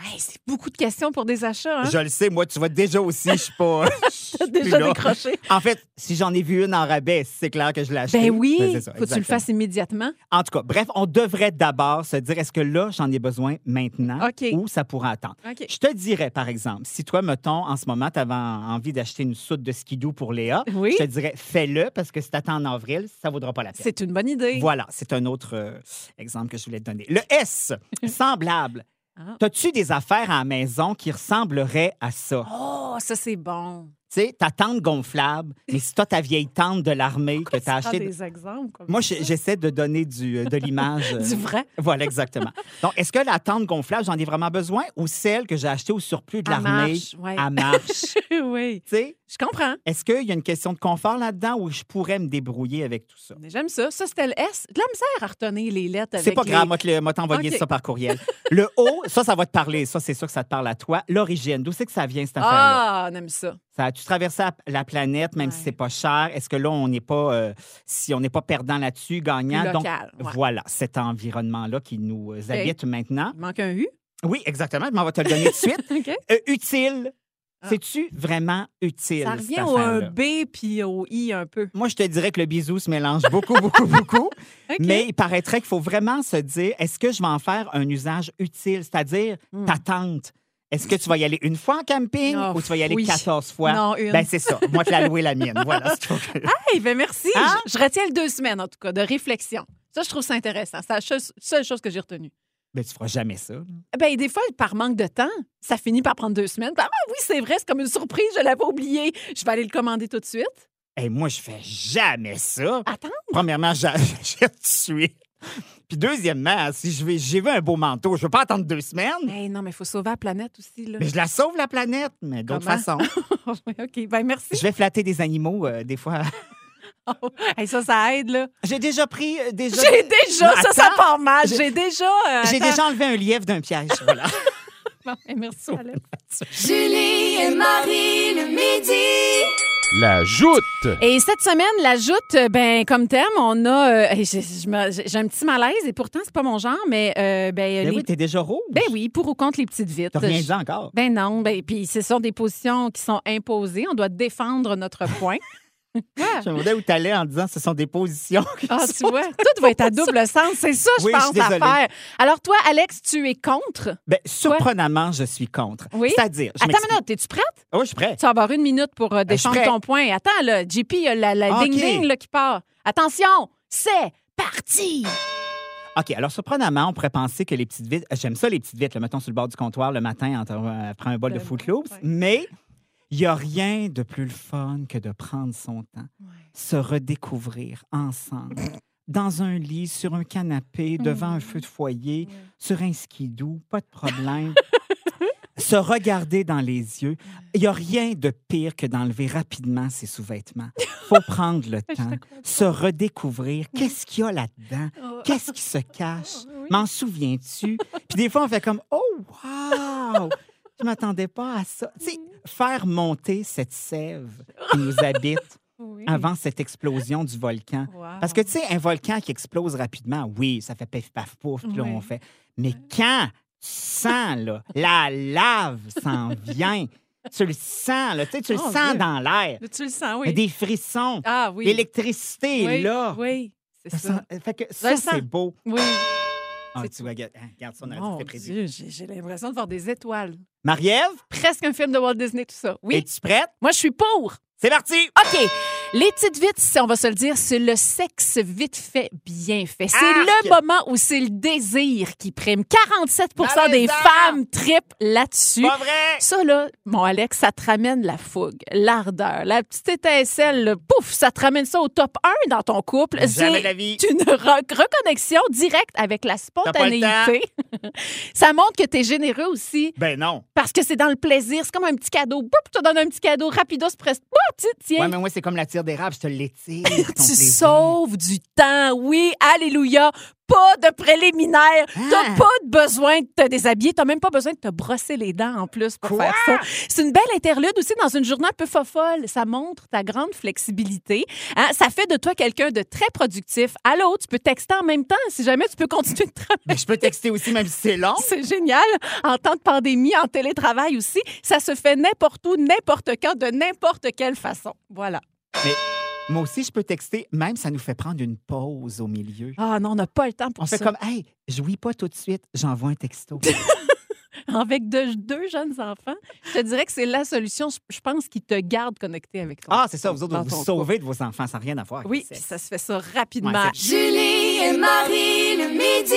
Hey, c'est beaucoup de questions pour des achats. Hein?
Je le sais, moi, tu vois déjà aussi, je suis pas. je suis
T'as
plus
déjà
là.
décroché.
En fait, si j'en ai vu une en rabais, c'est clair que je l'ai achetée.
Ben oui,
Ben, c'est ça,
faut que tu le
exactement.
fasses immédiatement.
En tout cas, bref, on devrait d'abord se dire est-ce que là, j'en ai besoin maintenant
OK.
ou ça pourra attendre.
OK.
Je te dirais, par exemple, si toi, mettons, en ce moment, tu avais envie d'acheter une soute de skidoo pour Léa,
Oui.
je te dirais fais-le parce que si tu attends en avril, ça vaudra pas la peine.
C'est une bonne idée.
Voilà, c'est un autre euh, exemple que je voulais te donner. Le S, semblable.
Ah.
T'as-tu des affaires à la maison qui ressembleraient à ça?
Oh, ça c'est bon.
Tu sais, ta tente gonflable, mais si t'as ta vieille tente de l'armée que t'as
Tu prends
achetée.
des exemples comme
Moi,
ça.
j'ai- j'essaie de donner du, euh, de l'image. euh,
du vrai.
Voilà, exactement. Donc, est-ce que la tente gonflable, j'en ai vraiment besoin ou celle que j'ai achetée au surplus de
À
l'armée
marche, ouais.
à marche? Tu
oui,
sais,
je comprends.
est-ce qu'il y a une question de confort là-dedans ou je pourrais me débrouiller avec tout ça?
Mais J'aime ça. Ça c'était le S. De la misère à retenir les lettres avec
C'est pas
les-
grave, moi, te le- moi t'envoyer
Ok.
ça par courriel. Le O, ça, ça va te parler. Ça, c'est sûr que ça te parle à toi. L'origine, d'où c'est que ça vient, cette affaire-là?
Ah, on aime ça.
Ça a-tu traversé la- la planète, même si
Ouais.
c'est pas cher? Est-ce que là, on n'est pas, euh, si on n'est pas perdant là-dessus, gagnant?
Plus
Donc,
local, ouais.
voilà, cet environnement-là qui nous euh, habite maintenant.
Il manque un U.
Oui, exactement. Je m'en vais te le donner tout de suite.
OK.
Euh, utile.
Ah.
C'est-tu vraiment utile?
Ça
cette
revient au
affaire-là?
un B puis au I un peu.
Moi, je te dirais que le bisou se mélange beaucoup, beaucoup, beaucoup.
OK.
Mais il paraîtrait qu'il faut vraiment se dire est-ce que je vais en faire un usage utile? C'est-à-dire
Hmm.
ta tante. Est-ce que tu vas y aller une fois en camping
Oh,
ou tu vas y aller
oui.
14 fois?
Non, une.
Ben, c'est ça. Moi, te la louer la mienne. Voilà. c'est tout.
Ah!
Hey, ben merci.
Hein?
Je, je retiens le deux semaines, en tout cas, de réflexion. Ça, je trouve ça intéressant. C'est la chose- seule chose que j'ai retenue.
ben, tu feras jamais ça.
Ben, des fois, par manque de temps, ça finit par prendre deux semaines. Par- ah oui, c'est vrai, c'est comme une surprise, je l'avais oublié. Je vais aller le commander tout de suite.
et moi, je fais jamais ça.
Attends.
Premièrement, j'a- j'achète tout de suite. Puis deuxièmement, si je vais, j'ai vu un beau manteau, je veux pas attendre deux semaines.
Hey, non, mais il faut sauver la planète aussi, là.
Mais je la sauve, la planète, mais d'autres
Comment?
façons.
Ouais, OK, ben merci.
Je vais flatter des animaux, euh, des fois.
Hey, ça, ça aide, là.
J'ai déjà pris... euh, déjà...
J'ai déjà,
Non,
ça, ça
attends.
part mal.
J'ai-
J'ai déjà. euh,
J'ai
attends.
déjà enlevé un lièvre d'un piège, voilà.
Bon, ben, merci, Alex.
Julie et Marie le midi.
La joute!
Et cette semaine, la joute, ben comme terme, on a, euh, j'ai je me- j'ai- j'ai un petit malaise et pourtant c'est pas mon genre, mais euh, ben,
Ben
les-
oui, t'es déjà rouge.
ben oui, pour ou contre les petites vites.
T'as rien dit encore.
Ben non, ben puis ce sont des positions qui sont imposées. On doit défendre notre point.
Je me demandais où t'allais en disant ce sont des positions. qui
Ah,
sont-
tu vois, tout va être à double sens. C'est ça, je
Oui, je suis
pense, à
désolée.
faire. Alors toi, Alex, tu es contre.
Ben, surprenamment, je suis contre.
Oui?
C'est-à-dire, je
Attends
m'explique.
une minute, es-tu prête?
Oh, je suis prêt.
Tu vas avoir une minute pour euh,
Ben, je suis
défendre
prêt.
ton point. Attends, là, JP, il y a la, la
Ok.
ding-ding là, qui part. Attention, c'est parti!
OK, alors surprenamment, on pourrait penser que les petites vites, euh, j'aime ça les petites vites, le mettons sur le bord du comptoir le matin entre- euh, après un bol de
Ben
Footloops,
ouais.
mais il n'y a rien de plus le fun que de prendre son temps, se redécouvrir ensemble. Dans un lit, sur un canapé, devant
Mmh.
un feu de foyer, sur un skidoo, pas de problème. Se regarder dans les yeux. Il n'y a rien de pire que d'enlever rapidement ses sous-vêtements. faut prendre le temps, se redécouvrir. Qu'est-ce qu'il y a là-dedans? Qu'est-ce qui se cache? M'en souviens-tu? Puis des fois, on fait comme Oh, wow! Je m'attendais pas à ça. Tu sais, faire monter cette sève qui nous habite avant cette explosion du volcan.
Mm. Wow.
Parce que, tu sais, un volcan qui explose rapidement, oui, ça fait pif, paf, pouf, puis là, on fait. Mais quand tu sens, là, la lave s'en vient, tu le sens, là, tu sais, tu le
Oh,
sens
Dieu.
dans l'air.
Tu le sens,
Il y a Des frissons.
Ah oui.
L'électricité est
oui,
là.
Oui, c'est
Ça
ça.
sent- fait que
le
ça,
sens.
c'est beau.
Oui.
Ah,
C'est
tu vois, regarde, hein, regarde ça, on
Mon
a fait prévu.
Dieu, j'ai j'ai l'impression de voir des étoiles.
Marie-Ève,
Presque un film de Walt Disney, tout ça. Oui.
es-tu prête?
Moi, je suis pour.
C'est parti!
OK. Les petites vites, si on va se le dire, c'est le sexe vite fait, bien fait. C'est
Arc!
le moment où c'est le désir qui prime. 47 des
Malaisant!
femmes tripent là-dessus.
Pas vrai!
Ça, là, mon Alex, ça te ramène la fougue, l'ardeur, la petite étincelle, là, pouf, ça te ramène ça au top 1 dans ton couple.
Jamais
C'est
de la vie.
une re- reconnexion directe avec la
pas le temps.
spontanéité. ça montre que tu es généreux aussi.
Ben non.
Parce que c'est dans le plaisir, c'est comme un petit cadeau. Boop, tu te donnes un petit cadeau rapidos, presque. Boop, tu- tiens,
Ouais, mais moi, c'est comme la tire d'érable, je te l'étire. ton
tu
plaisir.
sauves du temps. Oui, alléluia. Pas de préliminaire.
Ah.
T'as pas de besoin de te déshabiller. T'as même pas besoin de te brosser les dents en plus pour
Quoi?
faire ça. C'est une belle interlude aussi dans une journée un peu fofolle. Ça montre ta grande flexibilité. Hein, Ça fait de toi quelqu'un de très productif. Allô, tu peux texter en même temps si jamais tu peux continuer de travailler.
Mais je peux texter aussi, même si c'est long.
C'est génial. En temps de pandémie, en télétravail aussi, ça se fait n'importe où, n'importe quand, de n'importe quelle façon. Voilà.
Moi aussi, je peux texter, même ça nous fait prendre une pause au milieu.
Ah non, on n'a pas le temps pour
On
ça.
fait comme, hey, je vis pas tout de suite, j'envoie un texto.
Avec deux, deux jeunes enfants, je te dirais que c'est la solution, je- je pense, qui te garde connecté avec toi.
ah, c'est ça, vous autres,
Dans
vous
ton
vous sauvez de vos enfants sans rien avoir.
couple. Oui,
c'est
puis ça se fait ça rapidement.
Ouais,
Julie et Marie le midi.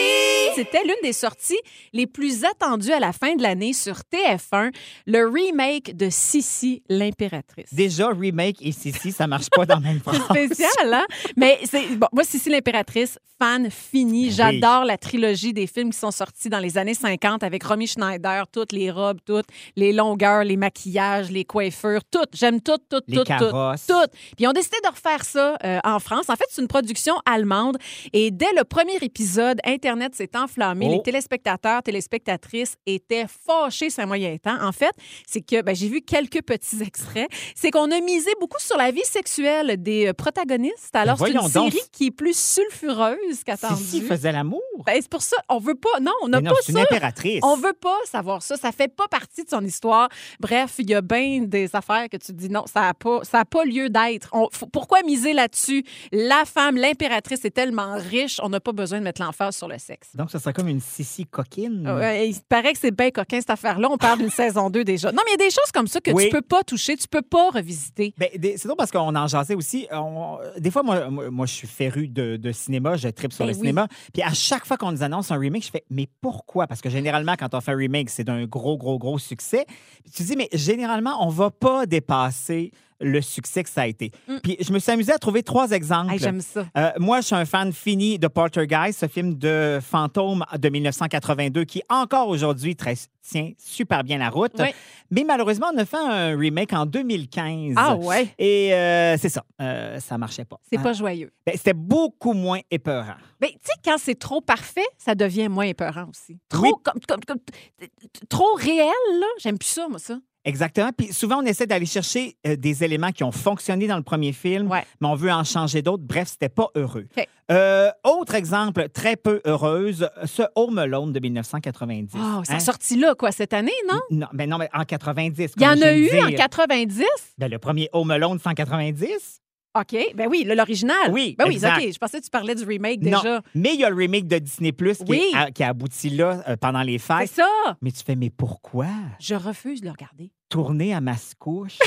C'était l'une des sorties les plus attendues à la fin de l'année sur TF1, le remake de Sissi l'impératrice.
Déjà, remake et Sissi, ça marche pas dans la même phrase.
C'est spécial, hein? Mais c'est bon, moi, Sissi l'impératrice, fan finie.
Ben
J'adore la trilogie des films qui sont sortis dans les années 50 avec Romy Schneider, toutes les robes, toutes les longueurs, les maquillages, les coiffures, toutes. J'aime toutes, toutes,
Les
toutes, toutes.
carrosses.
Toutes. Puis ils ont décidé de refaire ça euh, en France. En fait, c'est une production allemande. Et dès le premier épisode, Internet s'est enflammé.
Oh.
Les téléspectateurs, téléspectatrices étaient fâchés, c'est un moyen temps. En fait, c'est que ben, j'ai vu quelques petits extraits. C'est qu'on a misé beaucoup sur la vie sexuelle des euh, protagonistes. Alors, c'est une
Ben voyons donc.
série qui est plus sulfureuse
Sissi
qu'attendue.
faisait l'amour.
Ben, c'est pour ça, on veut pas. Non, on n'a
Mais non,
pas
c'est une
ça.
impératrice.
On veut pas savoir ça. Ça fait pas partie de son histoire. Bref, il y a bien des affaires que tu te dis non, ça a pas, ça a pas lieu d'être. On- faut- Pourquoi miser là-dessus? La femme, l'impératrice est tellement riche, on n'a pas besoin de mettre l'emphase sur le sexe.
Donc, ça serait comme une sissi coquine.
Ah Ouais, euh, il paraît que c'est bien coquin, cette affaire-là. On parle d'une saison 2 déjà. Non, mais il y a des choses comme ça que
Oui.
tu peux pas toucher, tu peux pas revisiter.
Ben, des- c'est drôle parce qu'on en jasait aussi. On- des fois, moi, moi, moi, je suis féru de, de cinéma, je tripe sur
Ben
le
oui.
cinéma. Puis à chaque fois qu'on nous annonce un remake, je fais Mais pourquoi Parce que généralement, quand on fait un remake, c'est d'un gros, gros, gros succès. Puis tu dis Mais généralement, on va pas dépasser le succès que ça a été. Puis je me suis amusée à trouver trois exemples.
Mm. Hey, J'aime ça.
Euh, moi, je suis un fan fini de Poltergeist, ce film de fantôme de 1982 qui, encore aujourd'hui, très- tient super bien la route.
Oui.
Mais malheureusement, on a fait un remake en 2015.
Ah ouais?
Et euh, c'est ça, euh, ça marchait pas.
C'est
Hein?
pas joyeux.
Ben, C'était beaucoup moins épeurant.
Ben, tu sais, quand c'est trop parfait, ça devient moins épeurant aussi. Trop,
Oui.
comme, comme- comme- t- t- trop réel, là. J'aime plus ça, moi, ça.
Exactement. Puis souvent, on essaie d'aller chercher euh, des éléments qui ont fonctionné dans le premier film,
Ouais.
mais on veut en changer d'autres. Bref, c'était pas heureux.
OK.
Euh, autre exemple très peu heureuse, ce Home Alone de 1990.
Oh, ça
Hein?
a sorti là, quoi, cette année, non?
Non, mais non, mais en 90.
Il y
comme
en
je
a
viens
eu
de
en
dire.
90?
Ben, le premier Home Alone de 190.
OK. Ben oui, le- l'original.
Oui,
Ben oui,
exact.
OK. Je pensais que tu parlais du remake
Non.
déjà.
Mais il y a le remake de Disney Plus qui,
Oui.
a- qui a abouti là euh, pendant les
C'est
fêtes.
ça.
Mais tu fais, mais pourquoi
Je refuse de le regarder.
tourner à Mascouche?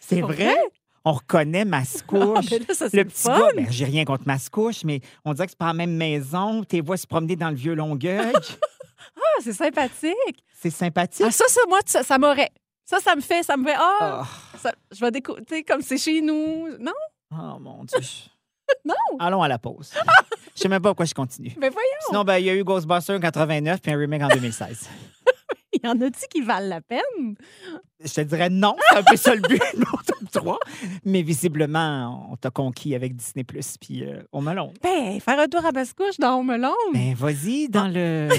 C'est
pas
vrai? On reconnaît Mascouche.
Ah, ben là, ça, c'est
Oh, le
le
petit
fun.
gars, ben, j'ai rien contre Mascouche, mais on dirait que c'est pas la même maison. Tes voix se promener dans le vieux Longueuil.
Ah, c'est sympathique.
c'est sympathique.
Ah, ça, ça, moi, ça, ça m'aurait. Ça, ça me fait, ça me fait. Ah,
Oh.
ça- je vais découvrir. Tu sais, comme c'est chez nous. Non?
Oh, mon Dieu.
Non.
Allons à la pause. Je sais même pas pourquoi je continue.
Ben voyons.
Sinon, ben, il y a eu Ghostbusters en 89 puis un remake en 2016.
Il y en a-tu qui valent la peine?
Je te dirais non, c'est un peu ça le but de mon top 3. Mais visiblement, on t'a conquis avec Disney Plus puis euh, au melon.
Ben, faire un tour à basse-couche dans Home Alone.
Ben, vas-y
Ah.
dans le, dans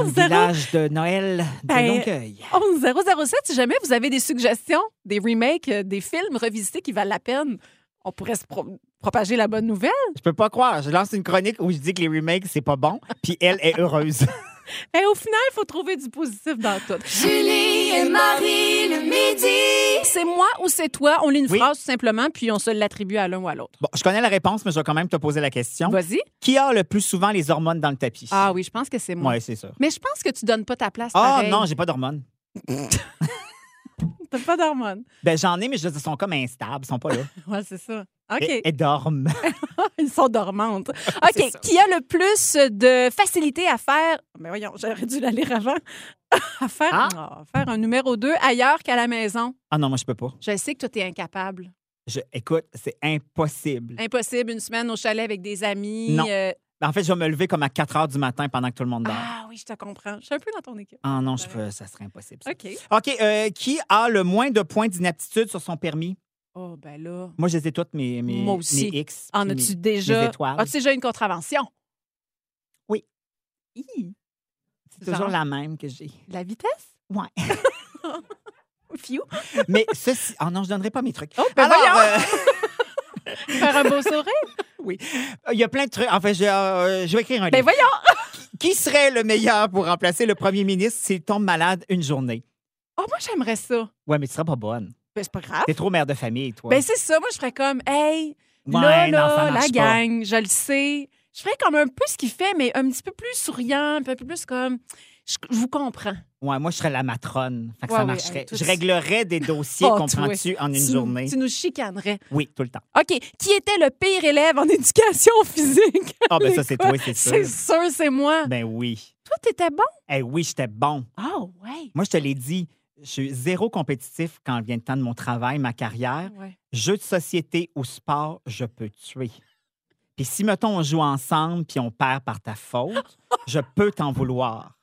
On
le
se verra.
village de Noël de
Ben,
Longueuil.
11 007, si jamais vous avez des suggestions, des remakes, euh, des films revisités qui valent la peine, on pourrait se pro- propager la bonne nouvelle.
Je peux pas croire. Je lance une chronique où je dis que les remakes, c'est pas bon, puis elle est heureuse.
Et au final, il faut trouver du positif dans tout.
Julie et Marie le midi.
C'est moi ou c'est toi, on lit une
Oui.
phrase tout simplement, puis on se l'attribue à l'un ou à l'autre.
Bon, je connais la réponse, mais je vais quand même te poser la question.
Vas-y.
Qui a le plus souvent les hormones dans le tapis?
Ah oui, je pense que c'est moi.
Ouais, c'est sûr.
Mais je pense que tu donnes pas ta place.
Ah
pareil.
non, j'ai pas d'hormones.
T'as pas d'hormones.
Ben, j'en ai, mais je veux dire, ils sont comme instables, ils sont pas là.
Ouais, c'est ça. OK.
Elles, elles dorment.
Ils sont dormantes.
C'est ça.
OK. Qui a le plus de facilité à faire. Mais voyons, j'aurais dû la lire avant. à faire,
Ah.
Ah, faire un numéro 2 ailleurs qu'à la maison.
Ah non, moi, je peux pas.
Je sais que toi, t'es incapable.
Je, écoute, c'est impossible.
Impossible, une semaine au chalet avec des amis.
Non.
euh,
En fait, je vais me lever comme à 4 heures du matin pendant que tout le monde dort. Ah,
Ah oui, je te comprends. Je suis un peu dans ton équipe.
non, je peux, ça serait impossible. ça.
OK.
OK, euh, qui a le moins de points d'inaptitude sur son permis?
Oh, ben là.
Moi, j'ai toutes mes, mes,
Moi aussi.
mes X.
En
puis
as-tu
mes-
déjà. Ah,
mes étoiles.
As-tu déjà une contravention?
Oui.
Hi,
C'est toujours la même que j'ai.
La vitesse?
Ouais.
Fiu.
Mais ceci. Ah non, je donnerai pas mes trucs.
Oh, ben
Alors,
voyons.
euh,
Faire un beau sourire?
euh, il y a plein de trucs. En fait, je, euh, je vais écrire un
ben
livre.
voyons.
Qui serait le meilleur pour remplacer le premier ministre s'il tombe malade une journée?
Oh, moi, j'aimerais ça.
Ouais, mais tu seras pas bonne.
Ben, c'est pas grave.
T'es trop mère de famille, toi.
Ben, c'est ça. Moi, je ferais comme, hey,
Ouais,
là,
non, ça
là, la
marche pas.
gang, je le sais. Je ferais comme un peu ce qu'il fait, mais un petit peu plus souriant, puis un peu plus comme, je, je vous comprends.
Ouais, moi, je serais la matrone. Fait que
Ouais,
ça
ouais,
marcherait.
hey, toi,
je
tu-
réglerais des dossiers,
Oh, toi.
comprends-tu, en une
Tu-
journée.
Tu nous chicanerais.
Oui, tout le temps.
OK. Qui était le pire élève en éducation physique?
Ah, ben ça, c'est toi, c'est
C'est
sûr.
sûr, c'est moi.
Ben oui.
Toi, t'étais bon.
Eh oui, j'étais bon.
Ah, ouais.
Moi, je te l'ai dit, je suis zéro compétitif quand vient le temps de mon travail, ma carrière.
Ah Ouais.
Jeux de société ou sport, je peux tuer. Puis si, mettons, on joue ensemble puis on perd par ta faute, je peux t'en vouloir.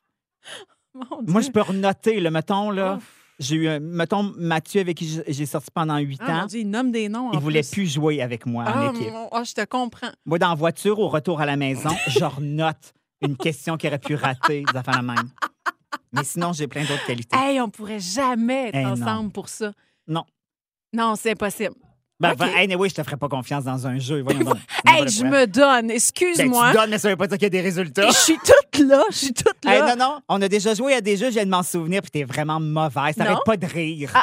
Mon
Moi, je
Dieu.
peux renoter, le mettons, là.
Oh.
J'ai eu, un- mettons, Mathieu, avec qui j'ai- j'ai sorti pendant huit
Ah, mon
ans,
Dieu, il nomme des noms.
il
en
voulait
plus.
plus jouer avec moi
Ah,
en équipe.
mon- ah, je te comprends.
Moi, dans la voiture, au retour à la maison, je renote une question qu'il aurait pu rater, des affaires de même. Mais sinon, j'ai plein d'autres qualités.
Hey, on pourrait jamais être
Hey, Eh non.
ensemble pour ça.
Non.
Non, c'est impossible.
Ben,
OK.
ben, anyway, je te ferais pas confiance dans un jeu. Voyons donc. C'est
Hey,
n'importe
je
quoi.
me donne.
Ben,
Excuse-moi.
tu donnes, mais ça veut pas dire qu'il y a des résultats.
Je suis toute là. Je suis toute
Hey,
là.
non, non, on a déjà joué à des jeux, je viens de m'en souvenir, puis t'es vraiment mauvaise. T'arrêtes
Non.
pas de rire.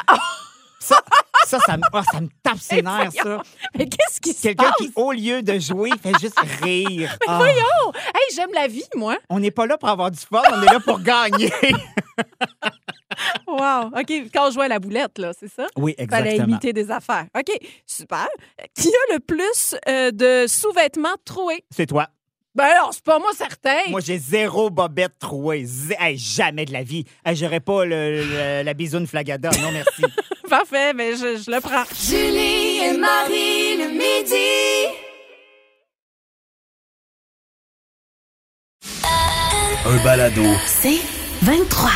Ça, Ça, ça me, ah, ça me tape ses nerfs, ça.
Mais qu'est-ce qui se
Quelqu'un
passe?
qui, au lieu de jouer, fait juste rire. Ah,
Voyons! Oh! Hey, j'aime la vie, moi.
on n'est pas là pour avoir du fun, on est là pour gagner.
Wow. OK, quand je jouais à la boulette, là, c'est ça?
Oui,
Fallait imiter des affaires. OK, super. Qui a le plus euh, de sous-vêtements troués?
C'est toi.
Ben alors, c'est pas moi certain.
Moi, j'ai zéro bobette trouée. Zé- hey, jamais de la vie. Hey, J'aurais pas le- le- la bisoune flagada. Non, merci.
Parfait, mais je, je le prends.
Julie et Marie le midi.
un balado,
C'est 23.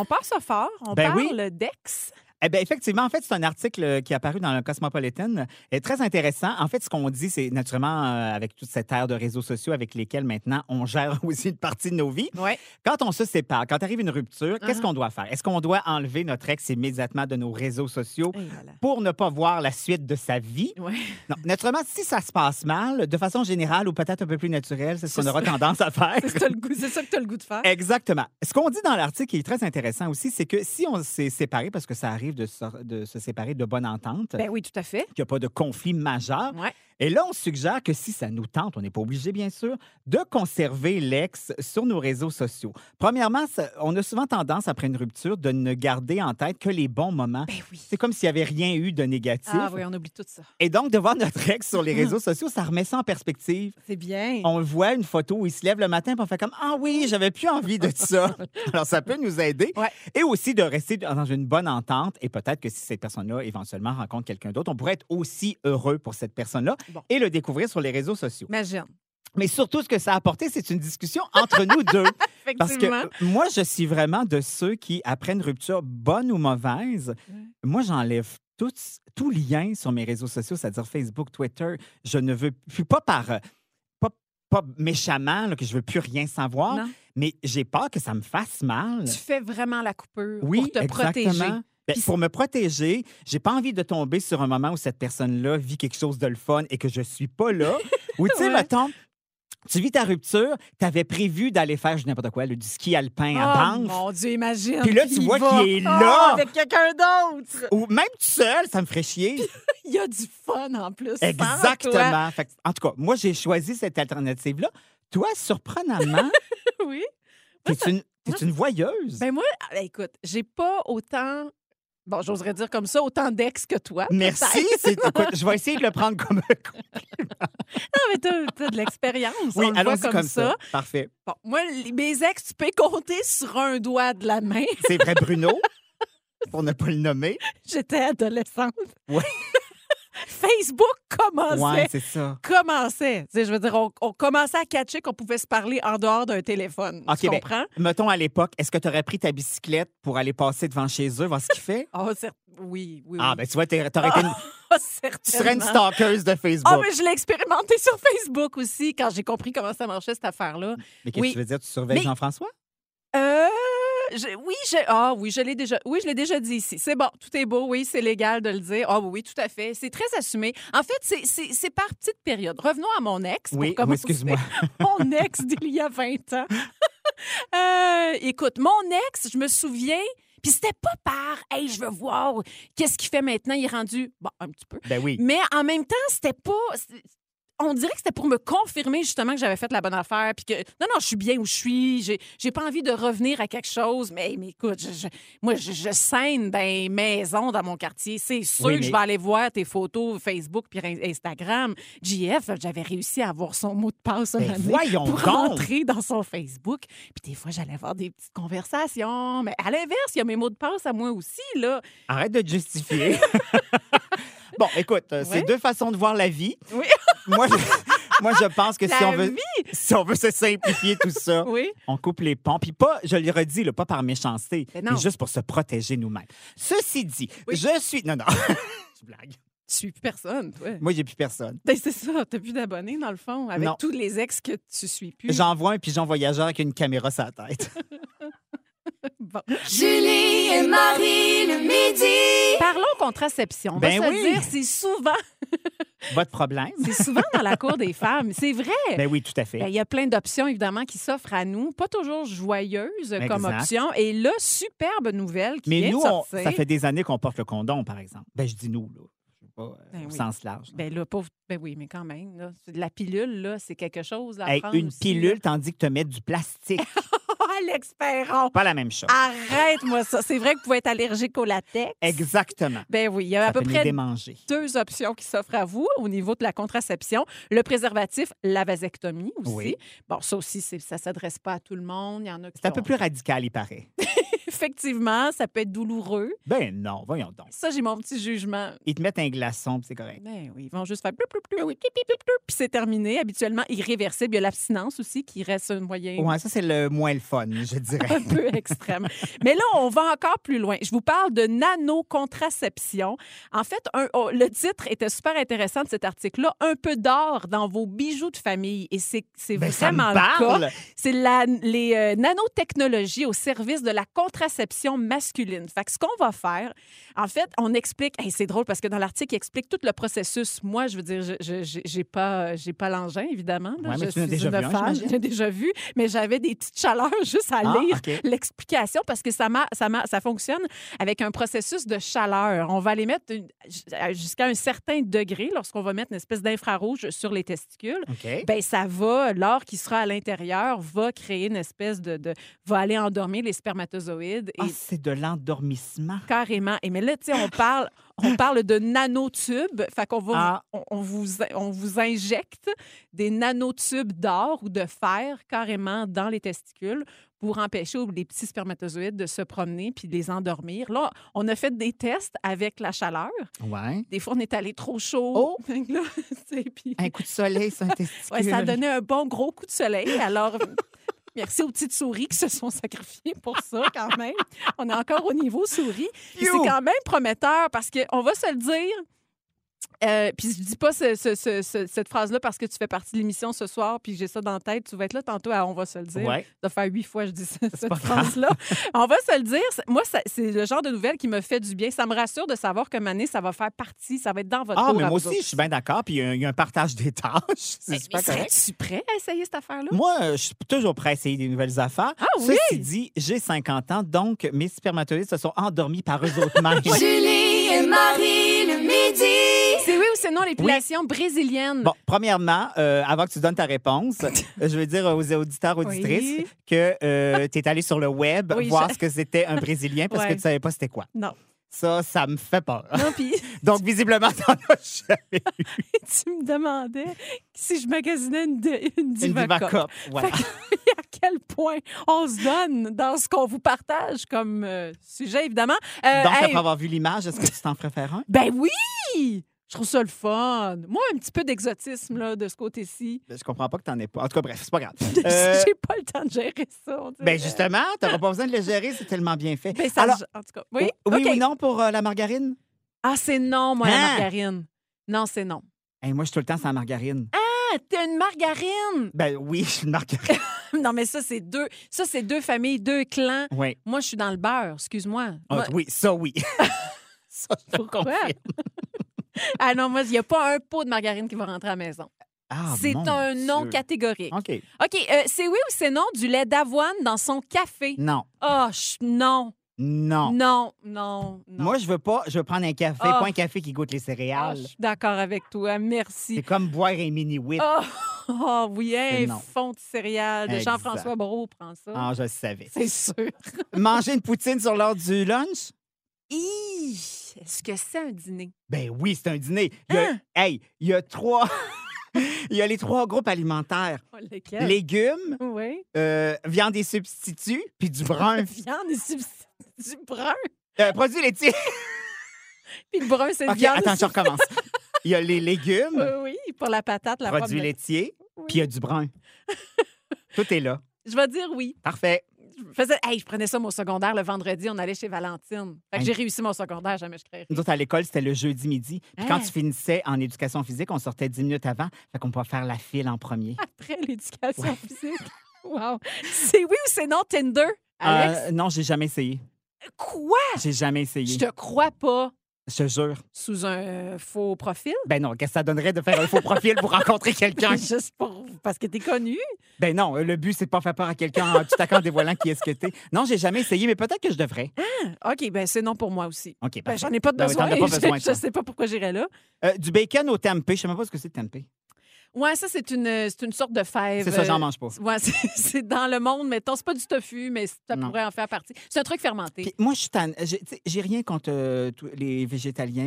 On part ça fort. On
Ben oui.
parle d'ex.
Eh bien, effectivement, en fait, c'est un article euh, qui est apparu dans le Cosmopolitan. est très intéressant. En fait, ce qu'on dit, c'est naturellement, euh, avec toute cette ère de réseaux sociaux avec lesquels maintenant on gère aussi une partie de nos vies,
Ouais. Ah
quand on se sépare, quand arrive une rupture, qu'est-ce qu'on doit faire? Est-ce qu'on doit enlever notre ex immédiatement de nos réseaux sociaux
Et voilà.
pour ne pas voir la suite de sa vie?
Ouais.
Non, naturellement, si ça se passe mal, de façon générale ou peut-être un peu plus naturelle, c'est ce qu'on
C'est
aura
ça.
tendance à faire.
C'est ça le goût- c'est ça que t'as le goût de
Eh.
faire.
Exactement. Ce qu'on dit dans l'article qui est très intéressant aussi, c'est que si on s'est séparé, parce que ça arrive de se, de se séparer de bonne entente,
Ben oui, tout à fait.
qu'il n'y a pas de conflit majeur,
Ouais.
et là, on suggère que si ça nous tente, on n'est pas obligé, bien sûr, de conserver l'ex sur nos réseaux sociaux. Premièrement, ça- on a souvent tendance, après une rupture, de ne garder en tête que les bons moments.
Ben oui.
C'est comme s'il n'y avait rien eu de négatif.
Ah oui, on oublie tout ça.
Et donc, de voir notre ex sur les réseaux sociaux, ça remet ça en perspective.
C'est bien.
On le voit une photo où il se lève le matin, puis on fait comme Ah oui, j'avais plus envie de ça. Alors, ça peut nous aider.
Ouais.
Et aussi de rester dans une bonne entente. Et peut-être que si cette personne-là éventuellement rencontre quelqu'un d'autre, on pourrait être aussi heureux pour cette personne-là
Bon.
et le découvrir sur les réseaux sociaux.
Imagine.
Mais surtout, ce que ça a apporté, c'est une discussion entre nous deux. Parce que euh,
Effectivement.
moi, je suis vraiment de ceux qui, après une rupture bonne ou mauvaise, moi, j'enlève tout, tout lien sur mes réseaux sociaux, c'est-à-dire Facebook, Twitter. Je ne veux plus, pas par. euh, pas, pas méchamment, là, que je veux plus rien savoir,
Non.
mais j'ai peur que ça me fasse mal.
Tu fais vraiment la coupure
euh, Oui,
pour te protéger.
exactement. Ben,
Puis-
pour me protéger, j'ai pas envie de tomber sur un moment où cette personne-là vit quelque chose de le fun et que je suis pas là. Ou tu sais,
Ouais.
mettons, tu vis ta rupture, tu avais prévu d'aller faire je dis n'importe quoi, le, du ski alpin à
Oh,
Banff.
mon Dieu, imagine.
Puis là, tu
il
vois
va.
qu'il est
Oh,
là.
avec quelqu'un d'autre.
Ou même tout seul, ça me ferait chier.
Il y a du fun en plus. sans toi.
Exactement. Fait que, en tout cas, moi, j'ai choisi cette alternative-là. Toi, surprenamment,
Oui.
t'es une, t'es une voyeuse.
Ben moi, ah, ben, écoute, j'ai pas autant. Bon, j'oserais dire comme ça, autant d'ex que toi.
Merci.
peut-être.
c'est- écoute, je vais essayer de le prendre comme
Non, mais t'as, t'as de l'expérience.
Oui,
on le voit
allons-y
comme, ça.
Parfait.
Bon, moi, les- mes ex, tu peux compter sur un doigt de la main.
C'est vrai, Bruno, pour ne pas le nommer.
J'étais adolescente.
Ouais.
Facebook commençait.
Ouais, c'est ça.
commençait. Tu sais, je veux dire, on, on commençait à catcher qu'on pouvait se parler en dehors d'un téléphone.
Ok,
tu
ben-
comprends?
Mettons à l'époque, est-ce que tu aurais pris ta bicyclette pour aller passer devant chez eux, voir ce qu'il fait?
Ah, oh, cer- oui, oui, oui.
Ah, ben tu vois, t'es- t'aurais été une-
Ah,
tu serais une
certainement.
stalkeuse de Facebook.
Ah, mais je l'ai expérimenté sur Facebook aussi quand j'ai compris comment ça marchait cette affaire-là.
Mais qu'est-ce que
oui.
tu veux dire? Tu surveilles
Mais-
Jean-François?
Euh, je- oui, je, ah oui, je l'ai déjà, oui, je l'ai déjà dit ici. C'est bon, tout est beau, oui, c'est légal de le dire. Ah oui, oui, tout à fait. C'est très assumé. En fait, c'est- c'est c'est par petite période. Revenons à mon ex. pour
Oui, oui
commencer.
excuse-moi.
mon ex d'il y a 20 ans. Euh, écoute, mon ex, je me souviens, puis c'était pas par hey, je veux voir qu'est-ce qu'il fait maintenant, il est rendu bon un petit peu.
Ben oui.
Mais en même temps, c'était pas c'est- on dirait que c'était pour me confirmer justement que j'avais fait la bonne affaire puis que non non, je suis bien où je suis, j'ai j'ai pas envie de revenir à quelque chose mais, mais écoute, je- je- moi je, je scène ben maison dans mon quartier, c'est sûr
Oui,
que
mais-
je vais aller voir tes photos Facebook puis in- Instagram. JF, j'avais réussi à avoir son mot de passe un
Ben
moment donné
voyons
pour
donc!
rentrer dans son Facebook. Puis des fois, j'allais avoir des petites conversations. Mais à l'inverse, il y a mes mots de passe à moi aussi, là.
Arrête de te justifier. bon, écoute, euh, c'est
Ouais.
deux façons de voir la vie.
Oui.
moi, je, moi, je pense que si
La
on, veut, si on veut se simplifier tout ça,
Oui.
on coupe les ponts. Puis pas, je le redis, là, pas par méchanceté, mais,
Mais Ben non.
juste pour se protéger nous-mêmes. Ceci dit,
Oui.
je suis... Non, non, je blague.
Tu suis plus personne, toi.
Moi, j'ai plus personne.
Ben, c'est ça, t'as plus d'abonnés, dans le fond, avec
Non.
tous les ex que tu suis plus.
J'envoie un pigeon voyageur avec une caméra sur la tête.
Bon.
Julie et Marie le midi.
Parlons contraception. On
Ben
va se
oui.
dire, c'est souvent
Votre problème?
C'est souvent dans la cour des femmes. C'est vrai.
Ben oui, tout à fait.
Ben, Il y a plein d'options, évidemment, qui s'offrent à nous. Pas toujours joyeuses
Exact.
comme option. Et là, superbe nouvelle qui
Mais
vient
nous,
de
on-
sortir.
ça fait des années qu'on porte le condom, par exemple. Ben, je dis nous, là. Je sais pas, euh,
Ben
au
oui.
sens large. là.
Ben là, pauvre... Ben oui, mais quand même. là. C'est de La pilule, là, c'est quelque chose à
Hey,
prendre
une
aussi,
pilule, tandis que te mettre du plastique.
là. Alex Perron!
pas la même chose.
Ah, Arrête-moi ça. C'est vrai que vous pouvez être allergique au latex.
Exactement.
Ben oui, il y a à
ça
peu
peut nous
près
démanger.
deux options qui s'offrent à vous au niveau de la contraception. Le préservatif, la vasectomie aussi.
Oui.
Bon, ça aussi, c'est- ça ne s'adresse pas à tout le monde. Il y en a qui
C'est un
ont-
peu plus radical, il paraît.
Effectivement, ça peut être douloureux.
Ben non, voyons donc.
Ça, j'ai mon petit jugement.
Ils te mettent un glaçon, puis c'est correct.
Ben oui, ils vont juste faire plou, plou, plou, oui, pip, pip, pip, plou, puis c'est terminé. Habituellement, irréversible. Il y a l'abstinence aussi qui reste un moyen
Ouais, ça, c'est le moins le fun, je dirais.
un peu extrême. Mais là, on va encore plus loin. Je vous parle de nano-contraception. En fait, un- oh, le titre était super intéressant de cet article-là. Un peu d'or dans vos bijoux de famille. Et c'est c'est
Ben, ça me
vraiment le cas.
parle.
C'est la- les euh, nanotechnologies au service de la contraception masculine. Fait que ce qu'on va faire, en fait, on explique. Hey, c'est drôle parce que dans l'article, il explique tout le processus. Moi, je veux dire, je- je- j'ai j'ai pas, j'ai pas l'engin évidemment. là.
Ouais, mais
je
tu l'as
suis
déjà
une
vu un,
femme.
j'imagine.
J'ai déjà vu, mais j'avais des petites chaleurs juste à
Ah,
lire
OK.
l'explication parce que ça, ma- ça, ma- ça fonctionne avec un processus de chaleur. On va les mettre une- jusqu'à un certain degré lorsqu'on va mettre une espèce d'infrarouge sur les testicules.
OK.
Ben ça va, l'or qui sera à l'intérieur va créer une espèce de, de- va aller endormir les spermatozoïdes et
Ah, c'est de l'endormissement.
carrément. Et mais là, tu sais, on parle, on parle de nanotubes. Fait qu'on va,
Ah.
on, on vous, on vous injecte des nanotubes d'or ou de fer carrément dans les testicules pour empêcher les petits spermatozoïdes de se promener puis de les endormir. Là, on a fait des tests avec la chaleur.
Ouais.
Des fois, on est allé trop chaud.
Oh!
Fait que là, tu sais, puis-
Un coup de soleil sur un testicule.
Ouais, ça a donné un bon gros coup de soleil. Alors, merci aux petites souris qui se sont sacrifiées pour ça, quand même. On est encore au niveau souris. Puis
You!
C'est quand même prometteur parce qu'on va se le dire. euh, puis je dis pas ce- ce- ce- ce- cette phrase-là parce que tu fais partie de l'émission ce soir, puis j'ai ça dans la tête. Tu vas être là tantôt à On va se le dire
Ouais.
de faire huit fois je dis ça- cette
pas grave.
phrase-là. On va se le dire. c'est- Moi, ça- c'est le genre de nouvelle qui me fait du bien. Ça me rassure de savoir que Mané, ça va faire partie, ça va être dans votre
Ah,
cours
mais
à
moi
vous
aussi, je suis bien d'accord. Puis il y, a un- il y a un partage des tâches. C'est super correct.
Serais-tu prêt à essayer cette affaire-là?
Moi, euh, je suis toujours prêt à essayer des nouvelles affaires.
Ah oui?
Ceci dit, j'ai 50 ans, donc mes spermatozoïdes se sont endormis par eux autres-mêmes.
Julie et Marie le midi.
C'est oui ou c'est non l'épilation brésilienne?
Bon, premièrement, euh, avant que tu donnes ta réponse, je veux dire aux auditeurs, auditrices,
Oui.
que tu es allé sur le web
Oui,
voir
je-
ce que c'était un Brésilien parce que
Ouais.
tu savais pas c'était quoi.
Non.
Ça, ça me fait peur.
Non, puis
Donc, visiblement, t'en as jamais
tu me demandais si je magasinais une, de- une
une
diva
Diva
Cup.
Cup. Voilà.
Fait que, à quel point on se donne dans ce qu'on vous partage comme euh, sujet, évidemment. Euh,
Donc,
hey,
après avoir vu l'image, est-ce que tu t'en préfères un?
ben oui! Je trouve ça le fun. Moi, un petit peu d'exotisme là, de ce côté-ci.
Ben, Je comprends pas que t'en aies pas. En tout cas, bref, c'est pas grave. Euh,
J'ai pas le temps de gérer ça. on dirait.
ben justement, t'auras pas besoin de le gérer, c'est tellement bien fait.
Ben, ça,
Alors,
en tout cas, oui.
oui
OK.
ou non pour euh, la margarine?
Ah, c'est non, moi, la
Hein?
margarine. Non, c'est non.
Hey, moi, je suis tout le temps sans margarine.
Ah, t'as une margarine!
Ben oui, je suis une margarine.
Non, mais ça, c'est deux. Ça, c'est deux familles, deux clans.
Oui.
Moi, je suis dans le beurre, excuse-moi.
Ah,
Moi-
oui, ça oui. ça, je te
Pourquoi?
confirme.
ah non, moi, il n'y a pas un pot de margarine qui va rentrer à la maison.
Ah,
c'est
mon
un non
Dieu. Ah.
catégorique. OK,
OK.
euh, c'est oui ou c'est non du lait d'avoine dans son café?
Non.
Oh, je- non,
Non.
non, non, non.
Moi, je veux pas, je veux prendre un café,
Ah.
pas un café qui goûte les
Ah,
céréales.
je suis d'accord avec toi,
C'est
merci.
comme boire un mini whip.
Oh, oh, oui,
C'est
un
non.
fond de céréales de
Exact.
Jean-François Brault prend ça.
Ah, je le savais.
C'est sûr.
Manger une poutine sur l'heure du lunch?
Hi, Est-ce que c'est un dîner?
Ben oui, c'est un dîner. Il y
Hein?
a, Hey, il y a trois. Il y a les trois groupes alimentaires
Oh, lequel?
légumes,
Oui.
euh, viande et substituts, puis du brun.
Viande et substitut du brun.
Euh, produits laitiers.
Puis le brun, c'est
OK,
viande.
attends, je recommence. Il y a les légumes,
Oui, oui, pour la patate, la pomme.
produits
de-
laitiers,
Oui.
puis il y a du brun. Tout est là.
Je vais dire oui.
Parfait.
Je, faisais... hey, je prenais ça mon secondaire le vendredi, on allait chez Valentine. Fait que
Hey.
j'ai réussi mon secondaire, jamais je créerais.
Nous autres, à l'école, c'était le jeudi midi.
Hein?
Puis quand tu finissais en éducation physique, on sortait 10 minutes avant. Fait qu'on pouvait faire la file en premier.
Après l'éducation physique. Wow. C'est oui ou c'est non Tinder, Ah, Alex?
Euh, non, j'ai jamais essayé.
Quoi?
J'ai jamais
Je
essayé.
te crois pas.
Je jure.
sous un euh, faux profil.
Ben non, qu'est-ce que ça donnerait de faire un faux profil pour rencontrer quelqu'un?
Juste pour, parce que t'es connu.
Ben non, le but, c'est de pas faire peur à quelqu'un en tout à coup en dévoilant qui est ce que t'es. Non, j'ai jamais essayé, mais peut-être que je devrais.
OK, ben c'est non pour moi aussi.
OK,
Ben,
parfait.
j'en ai pas de
Ben oui, t'en
besoin.
as pas besoin,
je,
toi.
je sais pas pourquoi j'irais là.
Euh, du bacon au tempeh, je sais même pas ce que c'est le tempeh.
Ouais, ça, c'est une, euh, c'est une sorte de fève.
C'est ça, j'en
euh,
mange pas.
Ouais, c'est c'est dans le monde, mettons. C'est pas du tofu, mais ça
Non.
pourrait en faire partie. C'est un truc fermenté.
Puis moi, je suis tannée. J'ai- tu sais, J'ai rien contre euh, tous les végétaliens,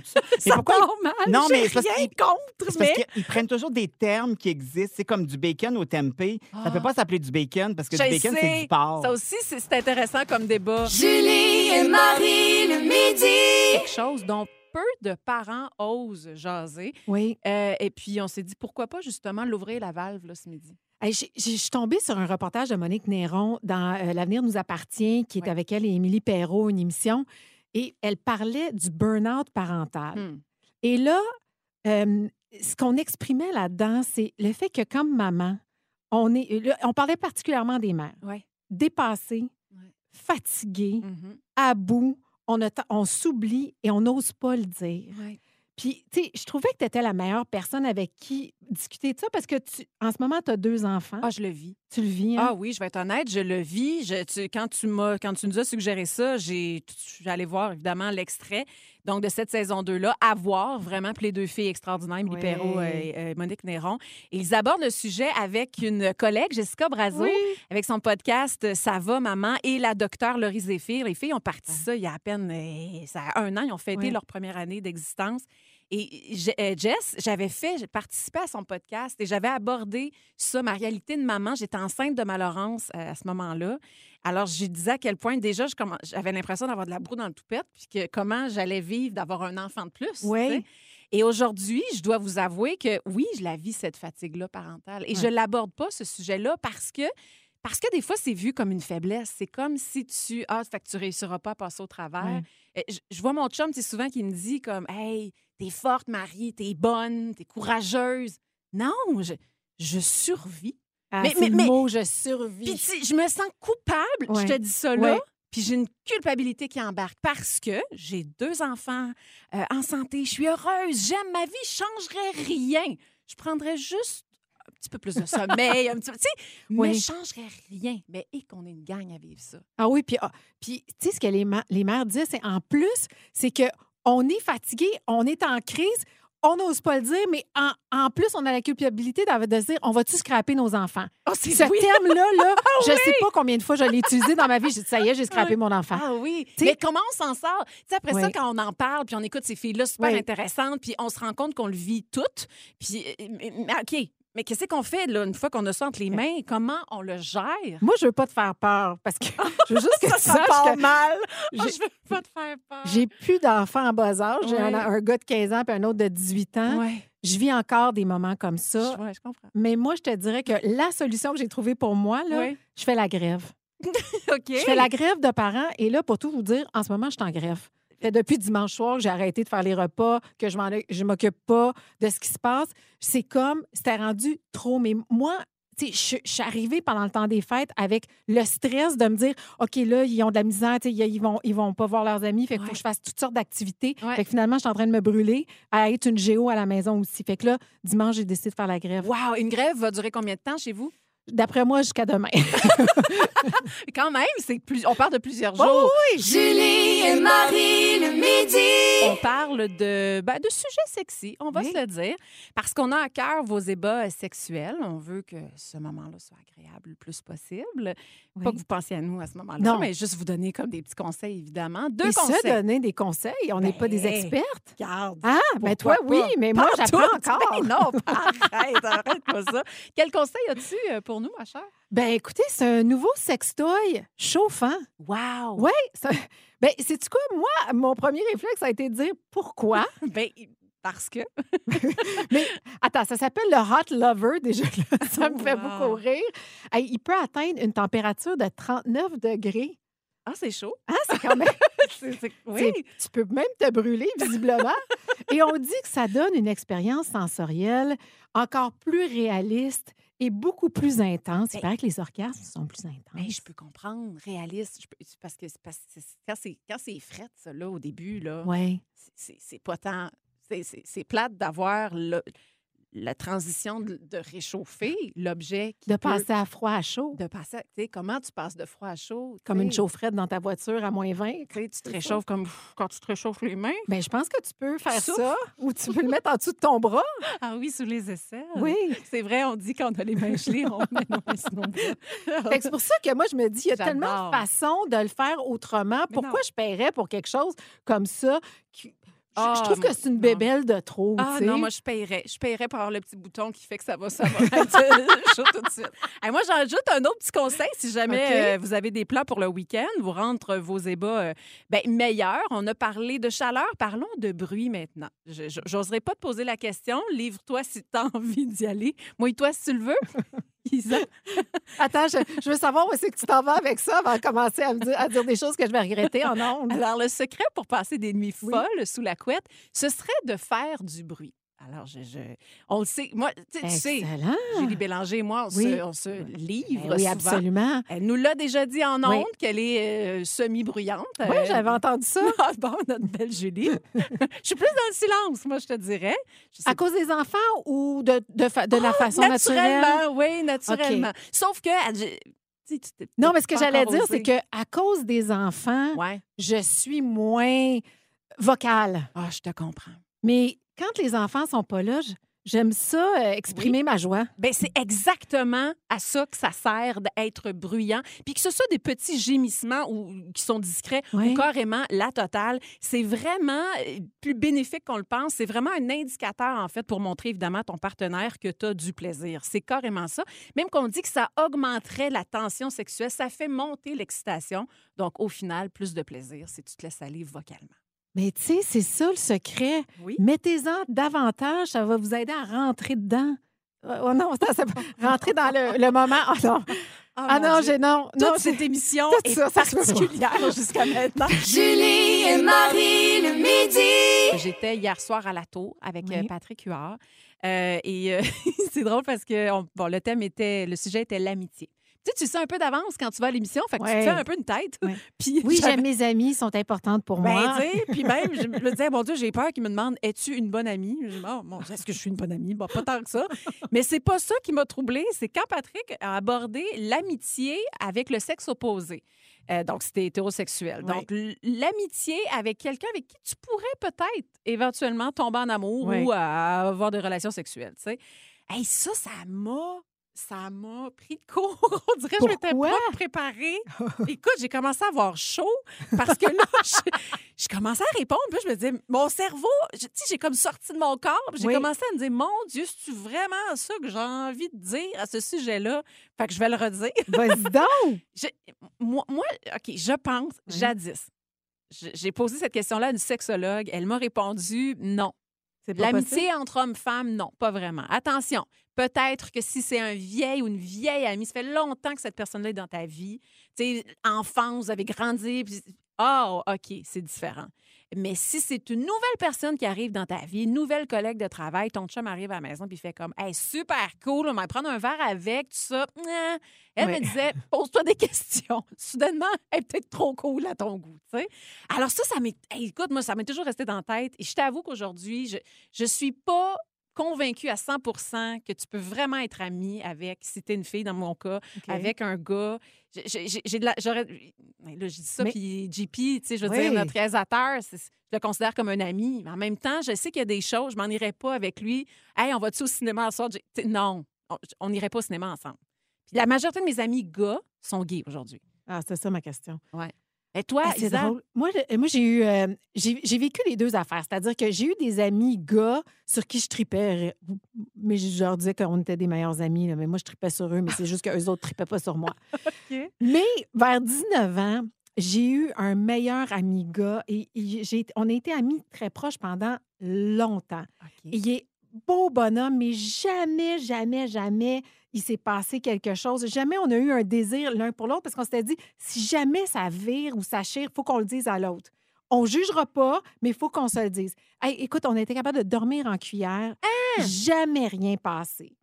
tout ça. Mais
ça
pourquoi
part mal.
Non,
j'ai
mais c'est parce
rien
qu'il-
contre,
C'est
mais
parce qu'ils prennent toujours des termes qui existent. C'est comme du bacon au tempeh. Ça peut pas s'appeler du bacon parce que
Ah. je
du bacon, c'est
sais.
du porc.
Ça aussi, c'est c'est intéressant comme débat.
Julie et Marie le midi.
Quelque chose dont peu de parents osent jaser.
Oui.
Euh, et puis, on s'est dit, pourquoi pas justement l'ouvrir la valve là, ce midi?
Hey, j'ai- j'ai- je suis tombée sur un reportage de Monique Néron dans euh, L'avenir nous appartient, qui est
Ouais.
avec elle et Émilie Perrault, une émission. Et elle parlait du burn-out parental.
Hmm.
Et là, euh, ce qu'on exprimait là-dedans, c'est le fait que comme maman, on est, euh, là, on parlait particulièrement des mères,
Ouais.
dépassées,
Ouais.
fatiguées,
Mm-hmm.
Mhm.
à bout, on, a t- on s'oublie et on n'ose pas le dire.
Ouais.
Puis, tu sais, je trouvais que tu étais la meilleure personne avec qui discuter de ça parce que tu, en ce moment, tu as deux enfants.
Ah, je le vis.
Tu le vis. hein?
Ah oui, je vais être honnête, je le vis. Je- tu- quand, tu m'as- quand tu nous as suggéré ça, j'ai- je suis allée voir évidemment l'extrait donc de cette saison 2-là, à voir vraiment, puis les deux filles extraordinaires, Émilie
Ouais.
Perrault et euh, Monique Néron. Et ils abordent le sujet avec une collègue, Jessica Brazo, avec son podcast euh, Ça va, maman, et la docteure Laurie Zéphir. Les filles ont parti ça il y a à peine euh, ça a un an, ils ont fêté
Ah. Ouais.
leur première année d'existence. Et j'ai- euh, Jess, j'avais fait, j'ai participé à son podcast et j'avais abordé ça, ma réalité de maman. J'étais enceinte de ma Laurence euh, à ce moment-là. Alors, je disais à quel point déjà je commen- j'avais l'impression d'avoir de la broue dans le toupette, puis que comment j'allais vivre d'avoir un enfant de plus. tu
Ouais.
sais. Et aujourd'hui, je dois vous avouer que oui, je la vis, cette fatigue-là parentale. Et je
Ouais.
l'aborde pas, ce sujet-là, parce que parce que des fois, c'est vu comme une faiblesse. C'est comme si tu. Ah, fait que tu réussiras pas à passer au travers. Euh, Je, je vois mon chum, c'est souvent qui me dit comme Hey, t'es forte, Marie, t'es bonne, t'es courageuse. Non, je, je survis.
Ah,
Mais-
c'est
mais-
le
mais-
mot, je survis.
Puis tu sais, je me sens coupable,
Ouais.
je te dis ça là.
Ouais.
Puis j'ai une culpabilité qui embarque parce que j'ai deux enfants euh, en santé, je suis heureuse, j'aime ma vie, je changerais rien. Je prendrais juste un petit peu plus de sommeil, un petit peu, tu sais, mais
Ouais.
je changerais rien. Mais et qu'on est une gang à vivre ça.
Ah oui, puis, ah, puis tu sais ce que les, ma- les mères disent, c'est en plus, c'est que on est fatigué, on est en crise, on n'ose pas le dire, mais en, en plus, on a la culpabilité d'av- de se dire, on va-tu scraper nos enfants?
Oh,
Ce terme-là, là, je ne sais pas combien de fois je l'ai utilisé dans ma vie. J'ai dit, ça y est, j'ai scrapé mon enfant.
Ah oui.
T'sais-
mais comment on s'en sort? T'sais, après ça,
Ouais.
quand on en parle, puis on écoute ces filles-là super
Ouais.
intéressantes, puis on se rend compte qu'on le vit toutes. Puis, euh, mais- mais- OK, mais qu'est-ce qu'on fait, là, une fois qu'on a ça entre les mains? Comment on le gère?
Moi, je veux pas te faire peur parce que je veux juste que tu saches que
mal.
Oh,
je veux pas te faire peur.
j'ai plus d'enfants en bas âge. J'ai un,
Ouais.
un gars de 15 ans puis un autre de 18 ans.
Ouais,
Je vis encore des moments comme ça.
je, ouais, je comprends.
Mais moi, je te dirais que la solution que j'ai trouvée pour moi, là,
Ouais.
je fais la grève.
OK.
Je fais la grève de parents. Et là, pour tout vous dire, en ce moment, je suis en grève. Fait depuis dimanche soir, que j'ai arrêté de faire les repas, que je m'en- je m'occupe pas de ce qui se passe. C'est comme, c'était rendu trop. Mais moi, tu sais, je je suis arrivée pendant le temps des fêtes avec le stress de me dire, OK, là, ils ont de la misère, tu sais, ils vont, ils vont pas voir leurs amis, fait qu'il faut
Ouais.
que je fasse toutes sortes d'activités.
Ouais.
Fait que finalement, je suis en train de me brûler à être une géo à la maison aussi. Fait que là, dimanche, j'ai décidé de faire la grève.
Wow, une grève va durer combien de temps chez vous?
D'après moi, jusqu'à demain.
Quand même, c'est plus, on parle de plusieurs
Ouais,
jours.
Julie et Marie le midi.
On parle de, ben, de sujets sexy, on va
Oui.
se le dire, parce qu'on a à cœur vos ébats euh, sexuels. On veut que ce moment-là soit agréable le plus possible. Pas
Oui.
que vous pensiez à nous à ce moment-là,
Non.
mais juste vous donner comme des petits conseils, évidemment. Deux
Et
conseils.
se donner des conseils, on n'est pas des
Ben,
expertes.
Garde.
Ah, ben toi,
Pourquoi
oui,
pas?
mais moi,
Pas en
j'apprends
tout.
encore.
Ben non, arrête, arrête pas ça. Quel conseil as-tu euh, pour nous, ma chère?
Ben écoutez, c'est un nouveau sextoy chauffant.
Wow!
Ouais. ça- Ben, sais-tu quoi? Moi, mon premier réflexe a été de dire pourquoi.
Ben, parce que.
Attends, ça s'appelle le Hot Lover, déjà. là, ça me fait
Wow.
beaucoup rire. Hey, il peut atteindre une température de 39 degrés.
Ah, c'est chaud.
Hein, c'est quand même...
C'est- c'est-
C'est- Tu peux même te brûler, visiblement. Et on dit que ça donne une expérience sensorielle encore plus réaliste est beaucoup plus intense. Il paraît que les orgasmes sont plus
Mais
intenses.
Ben je peux comprendre, réaliste. je peux- c'est parce que c'est parce que c'est- quand c'est quand c'est fret, ça, là, au début, là,
Oui.
c'est- c'est c'est pas tant. c'est- C'est c'est plate d'avoir le- la transition de, de réchauffer l'objet qui
De
peut-
passer à froid à chaud.
de passer. à- tu sais, comment tu passes de froid à chaud
Comme une
tu sais?
chaufferette dans ta voiture à moins 20.
Tu sais, tu te réchauffes comme pff, quand tu te réchauffes les mains.
Bien, je pense que tu peux faire
Souffle.
ça ou tu peux le mettre en dessous de ton bras.
Ah oui, sous les aisselles.
Oui.
C'est vrai, on dit quand on a les mains gelées, on met nos
Fait que c'est pour ça que moi, je me dis, il y a
J'adore.
tellement de façons de le faire autrement.
Mais
Pourquoi
non.
je paierais pour quelque chose comme ça? qui- Je,
Ah,
je trouve
moi,
que c'est une
non.
bébelle de trop.
Ah
tu sais.
non, moi, je paierais. Je paierais pour avoir le petit bouton qui fait que ça va, ça va. être chaud tout de suite. Hey, moi, j'ajoute un autre petit conseil. Si jamais
OK.
euh, vous avez des plans pour le week-end, vous rentrez vos ébats euh, ben, meilleurs. On a parlé de chaleur. Parlons de bruit maintenant. Je- je- J'oserais pas te poser la question. Livre-toi si tu as envie d'y aller. Mouille-toi si tu le veux. Isa.
Attends, je, je veux savoir où c'est que tu t'en vas avec ça avant de commencer à, me dire, à dire des choses que je vais regretter en ondes.
Alors, le secret pour passer des nuits
Oui.
folles sous la couette, ce serait de faire du bruit. Alors, je, je- on le sait. Moi, tu sais, Ah, tu sais,
Excellent.
Julie Bélanger et moi, on,
Ah. Oui.
se, on se
Ben
livre
oui,
souvent.
absolument.
Elle nous l'a déjà dit en
Oui.
ondes qu'elle est euh, semi-bruyante. Euh,
Oui, j'avais entendu ça.
Ah bon, notre belle Julie. je suis plus dans le silence, moi, je te dirais. Je sais
À cause des enfants ou de, de, fa- de la façon
pas,
naturelle?
oui, naturellement. Sauf que... elle- je- tu sais, tu t'es-
Non,
t'as
mais ce que
pas
j'allais
encore
dire,
osé.
c'est que à cause des enfants,
Ouais.
je suis moins vocale.
Ah, je te comprends.
Mais quand les enfants sont pas là, je- j'aime ça euh, exprimer ma joie.
Ben, c'est exactement à ça que ça sert d'être bruyant. Puis que ce soit des petits gémissements ou qui sont discrets
Ouais.
ou carrément la totale, c'est vraiment euh, plus bénéfique qu'on le pense. C'est vraiment un indicateur, en fait, pour montrer évidemment à ton partenaire que tu as du plaisir. C'est carrément ça. Même qu'on dit que ça augmenterait la tension sexuelle, ça fait monter l'excitation. Donc, au final, plus de plaisir si tu te laisses aller vocalement.
Mais tu sais, c'est ça le secret.
Oui.
Mettez-en davantage, ça va vous aider à rentrer dedans. Euh, Oh non, ça, ça va- rentrer dans le, le moment. Oh non, ah non, j'ai non,
Toute
non,
cette émission
Tout
est
ça, ça se peut pas.
particulière jusqu'à maintenant.
Julie et Marie le midi.
J'étais hier soir à la tour avec
Oui.
euh, Patrick Huard. Euh, et euh, c'est drôle parce que on- bon, le thème était, le sujet était l'amitié. Tu sais, tu le sais un peu d'avance quand tu vas à l'émission, fait que tu
Ouais.
te fais un peu une tête.
Ouais.
Puis
oui,
j'avais-
j'aime mes amis, sont importantes pour
ben,
moi.
tu sais, puis même, je me disais, mon Dieu, j'ai peur qu'ils me demandent, es-tu une bonne amie? Je dis, oh, mon Dieu, est-ce que je suis une bonne amie? Bon, pas tant que ça. Mais c'est pas ça qui m'a troublée. C'est quand Patrick a abordé l'amitié avec le sexe opposé. Euh, donc, c'était hétérosexuel.
Oui.
Donc, l- l'amitié avec quelqu'un avec qui tu pourrais peut-être éventuellement tomber en amour
Oui.
ou à avoir des relations sexuelles, tu sais. Hey, ça, ça m'a... Ça m'a pris de court. On dirait que je m'étais
Pourquoi?
pas préparée. Écoute, j'ai commencé à avoir chaud parce que là, je, je commençais à répondre. Puis là, je me disais, mon cerveau, je- tu sais, j'ai comme sorti de mon corps. puis J'ai
Oui.
commencé à me dire, mon Dieu, c'est-tu vraiment ça que j'ai envie de dire à ce sujet-là? Fait que je vais le redire.
Vas-y donc!
Je- moi, moi, OK, je pense,
Oui.
jadis, je- j'ai posé cette question-là à une sexologue. Elle m'a répondu, non.
C'est pas possible.
L'amitié entre hommes-femmes, non, pas vraiment. Attention, peut-être que si c'est un vieil ou une vieille amie, ça fait longtemps que cette personne-là est dans ta vie. Tu sais, enfant, vous avez grandi, puis oh, OK, c'est différent. Mais si c'est une nouvelle personne qui arrive dans ta vie, une nouvelle collègue de travail, ton chum arrive à la maison puis il fait comme Hey, super cool, on va prendre un verre avec, tout ça. Nya. Elle
Ouais.
me disait Pose-toi des questions. Soudainement, elle est peut-être trop cool à ton goût. tu sais. Alors, ça, ça m'est. hey, écoute, moi, ça m'est toujours resté dans la tête. Et je t'avoue qu'aujourd'hui, je, je suis pas convaincue à 100 que tu peux vraiment être amie avec, si tu es une fille dans mon cas,
OK.
avec un gars. J'ai- j'ai- j'ai- j'ai de la- J'aurais. ben Là, je dis ça,
Mais-
puis JP, tu sais, je veux
Oui.
dire, notre réalisateur, c'est- je le considère comme un ami. Mais en même temps, je sais qu'il y a des choses, je m'en irais pas avec lui. Hey, on va-tu au cinéma ensemble? J'ai- tu sais, Non, on- on n'irait pas au cinéma ensemble. Puis la majorité de mes amis gars sont gays aujourd'hui.
Ah, c'était ça ma question.
Et toi,
Ah, c'est
Isa,
drôle. Moi, le- moi j'ai eu, euh, j'ai j'ai vécu les deux affaires. C'est-à-dire que j'ai eu des amis gars sur qui je tripais, euh, mais je leur disais qu'on était des meilleurs amis. là, mais moi, je tripais sur eux, mais c'est juste qu'eux autres tripaient pas sur moi. Mais vers 19 ans, j'ai eu un meilleur ami gars et il- j'ai- on a été amis très proches pendant longtemps. Il est beau bonhomme, mais jamais, jamais, jamais il s'est passé quelque chose. Jamais on a eu un désir l'un pour l'autre parce qu'on s'était dit, si jamais ça vire ou ça chire, il faut qu'on le dise à l'autre. On jugera pas, mais il faut qu'on
Hein?
se le dise. Hey, écoute, on était capable de dormir en cuillère. Jamais rien passé.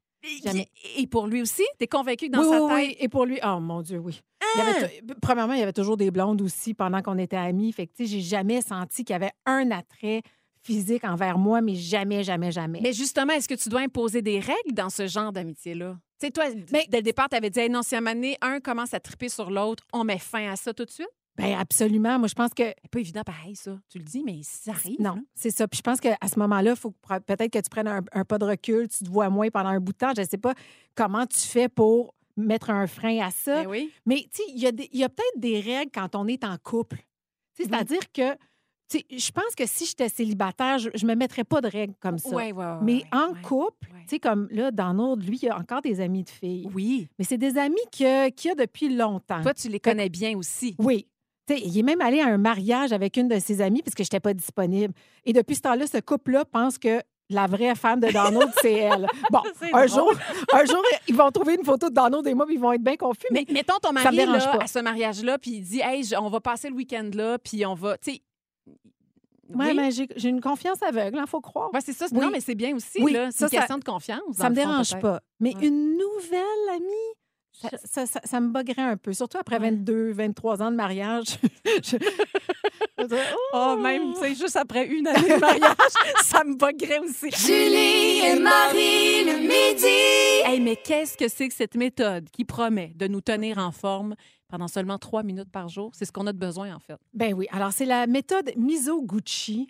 Jamais.
Et- Et pour lui aussi, t'es convaincu que dans
oui,
sa
oui,
tête. Hein?
oui. Et pour lui, oh mon Dieu, oui. Il y avait t- premièrement, il y avait toujours des blondes aussi pendant qu'on était amis. Fait que, tu sais, j'ai jamais senti qu'il y avait un attrait physique envers moi, mais jamais, jamais, jamais.
Mais justement, est-ce que tu dois imposer des règles dans ce genre d'amitié-là? Tu sais, toi, d-
Mais-
dès le départ, t'avais dit, Hey, non, si à un moment donné, un commence à triper sur l'autre, on met fin à ça tout de suite.
Ben absolument. Moi, je pense que
C'est pas évident pareil, ça. Tu le dis, mais ça arrive.
Non, c'est ça. Puis je pense qu'à ce moment-là, il faut que pro- peut-être que tu prennes un, un pas de recul, tu te vois moins pendant un bout de temps. Je ne sais pas comment tu fais pour mettre un frein à ça.
Ben oui.
Mais tu sais, il y a, des- il y a peut-être des règles quand on est en couple.
Mm-hmm.
Tu sais, C'est-à-dire que tu sais, je pense que si j'étais célibataire, je ne me mettrais pas de règles comme ça.
Ouais, ouais, ouais,
Mais
ouais,
en
ouais.
couple,
ouais.
tu sais, comme là, dans l'autre, lui, il y a encore des amis de filles.
Oui.
Mais c'est des amis que- qu'il y a depuis longtemps.
Toi, tu les connais bien aussi.
Oui. Tu sais, il est même allé à un mariage avec une de ses amies parce que je n'étais pas disponible. Et depuis ce temps-là, ce couple-là pense que la vraie femme de Donald, c'est elle. Bon,
C'est
un
drôle.
jour, un jour, ils vont trouver une photo de Donald et moi, puis ils vont être bien confus. Mais,
Mais mettons ton
Ça me
mari
dérange
là,
pas.
à ce mariage-là, puis il dit Hey, je- on va passer le week-end là, puis on va. Tu sais.
Ouais,
oui.
mais j'ai j'ai une confiance aveugle, il faut croire.
Ouais, c'est ça.
Oui.
Non, mais c'est bien aussi.
Oui,
là. C'est
ça,
une
ça-
question de confiance. dans
ça me
le fond,
dérange
peut-être.
pas. Mais
Ouais.
une nouvelle amie, ça, ça- ça- ça me boguerait un peu. Surtout après
Ouais.
22, 23 ans de mariage. Je- je dirais,
Oh,
Oh,
même, tu sais, juste après une année de mariage, ça me boguerait aussi.
Julie et Marie le midi.
Hey, mais qu'est-ce que c'est que cette méthode qui promet de nous tenir en forme pendant seulement trois minutes par jour? C'est ce qu'on a de besoin, en fait.
Ben oui. Alors, c'est la méthode Miso Gucci.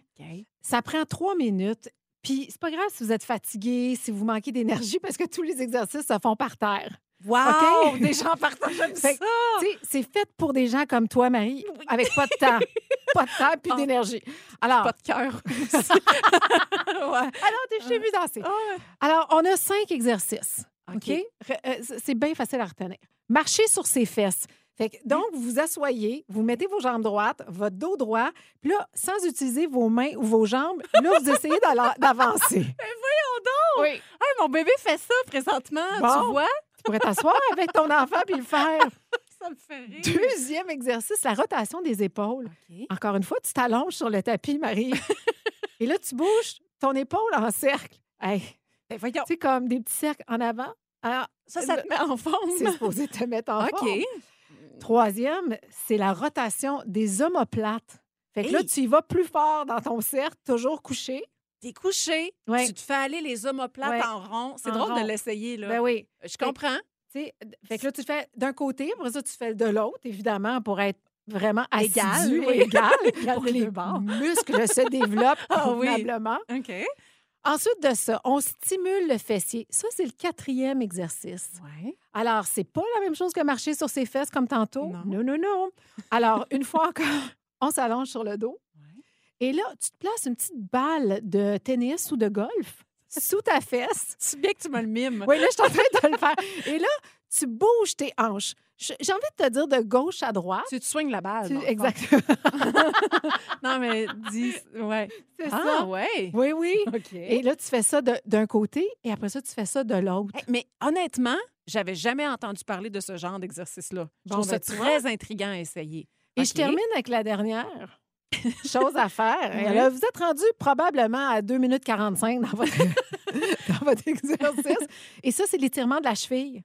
Ça prend trois minutes. Puis c'est pas grave si vous êtes fatigué, si vous manquez d'énergie, parce que tous les exercices se font par terre.
Wow!
OK?
Des gens partagent comme ça!
Fait que, tu sais, c'est fait pour des gens comme toi, Marie, avec pas de temps. pas de temps puis
Oh.
d'énergie. Alors,
Pas de cœur. ouais.
alors t'es- je t'ai vu danser. euh, ah Alors, on a cinq exercices. OK? Re- euh, c- C'est bien facile à retenir. Marcher sur ses fesses. Fait que, donc, vous vous asseyez, vous mettez vos jambes droites, votre dos droit, puis là, sans utiliser vos mains ou vos jambes, là, vous essayez d'ala- d'avancer. voyons donc! Oui.
Hey, Ah, mon bébé fait ça présentement,
Bon.
tu vois?
Tu pourrais t'asseoir avec ton enfant puis le faire.
Ça me fait rire.
Deuxième exercice, la rotation des épaules. Encore une fois, tu t'allonges sur le tapis, Marie. Et là, tu bouges ton épaule en cercle. Hey,
Ben voyons,
c'est comme des petits cercles en avant. Alors,
ça, Euh, ça te met en
C'est
forme. Oh.
supposé te mettre en forme.
OK.
Troisième, c'est la rotation des omoplates. Fait que là,
Hey!
tu y vas plus fort dans ton cercle, toujours couché.
T'es couché,
Ouais.
tu te fais aller les omoplates
Ouais.
en rond. C'est
En
drôle
rond.
de l'essayer, là.
Ben oui.
Je comprends.
Tu sais, d- fait que là, tu fais d'un côté, après ça, tu fais de l'autre, évidemment, pour être vraiment
Égal,
assidu,
oui.
égal,
Égal
pour
des
que les
deux bords.
muscles se développent
Ah oui.
convenablement.
OK.
Ensuite de ça, on stimule le fessier. Ça, c'est le quatrième exercice.
Ouais.
Alors, c'est pas la même chose que marcher sur ses fesses comme tantôt.
Non.
Non, non, non. Alors, une fois encore, on s'allonge sur le dos. Et là, tu te places une petite balle de tennis ou de golf sous ta fesse.
C'est bien que tu me le mimes.
Oui, là, je suis en train de le faire. Et là, tu bouges tes hanches. Je- J'ai envie de te dire de gauche à droite.
Tu te soignes la balle.
Tu-
dans le fond.
exactement.
Non, mais dis. Ouais.
C'est
Ah,
ça.
ouais.
Oui, oui.
OK.
Et là, tu fais ça de- d'un côté et après ça, tu fais ça de l'autre.
Hey, mais honnêtement, j'avais jamais entendu parler de ce genre d'exercice-là. Je
Bon,
trouve
ben,
ça
tu
très intriguant à essayer.
Et
OK.
je termine avec la dernière chose à faire. Et
Oui.
là, vous êtes rendu probablement à 2 minutes 45 dans votre, dans votre exercice. Et ça, c'est l'étirement de la cheville.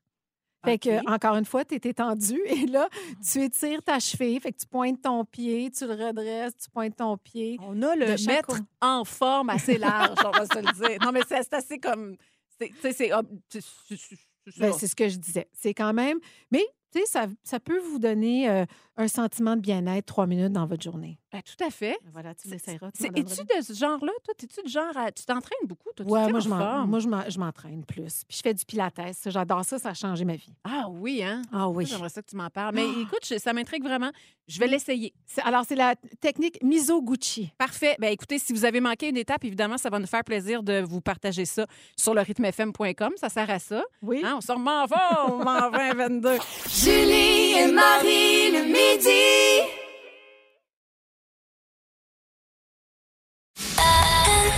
Fait
OK.
que, encore une fois, tu es étendu et là, tu étires ta cheville. Fait que tu pointes ton pied, tu le redresses, tu pointes ton pied.
On a le
De chaque
mettre en forme assez large, on va se le dire. Non, mais c'est c'est assez comme. c'est- Tu sais, c'est. ah, tu- tu- tu- tu- tu-
Ben, c'est ce que je disais. C'est quand même. Mais, tu sais, ça, ça peut vous donner euh, un sentiment de bien-être trois minutes dans votre journée.
Ben, tout à fait.
Voilà, tu
C'est-
l'essayeras. tu
c'est-
m'en donneras
Es-tu de ce genre-là? Toi, es-tu du genre à. Tu t'entraînes beaucoup? Toi, tu te
Ouais,
tiens
moi,
en
je m'en-
forme.
moi, je m'en- je m'entraîne plus. Puis je fais du pilates. Ça, J'adore ça, ça a changé ma vie.
Ah oui, Ah! hein?
Ah
Ça,
oui.
J'aimerais ça que tu m'en parles. Mais écoute, je- ça m'intrigue vraiment. Je vais l'essayer.
C'est- Alors, c'est la technique Miso Gucci.
Parfait. Ben écoutez, si vous avez manqué une étape, évidemment, ça va nous faire plaisir de vous partager ça sur le rythmefm.com. Ça sert à ça.
Oui.
Hein, on se remet en forme en 2022.
Julie et Marie le midi.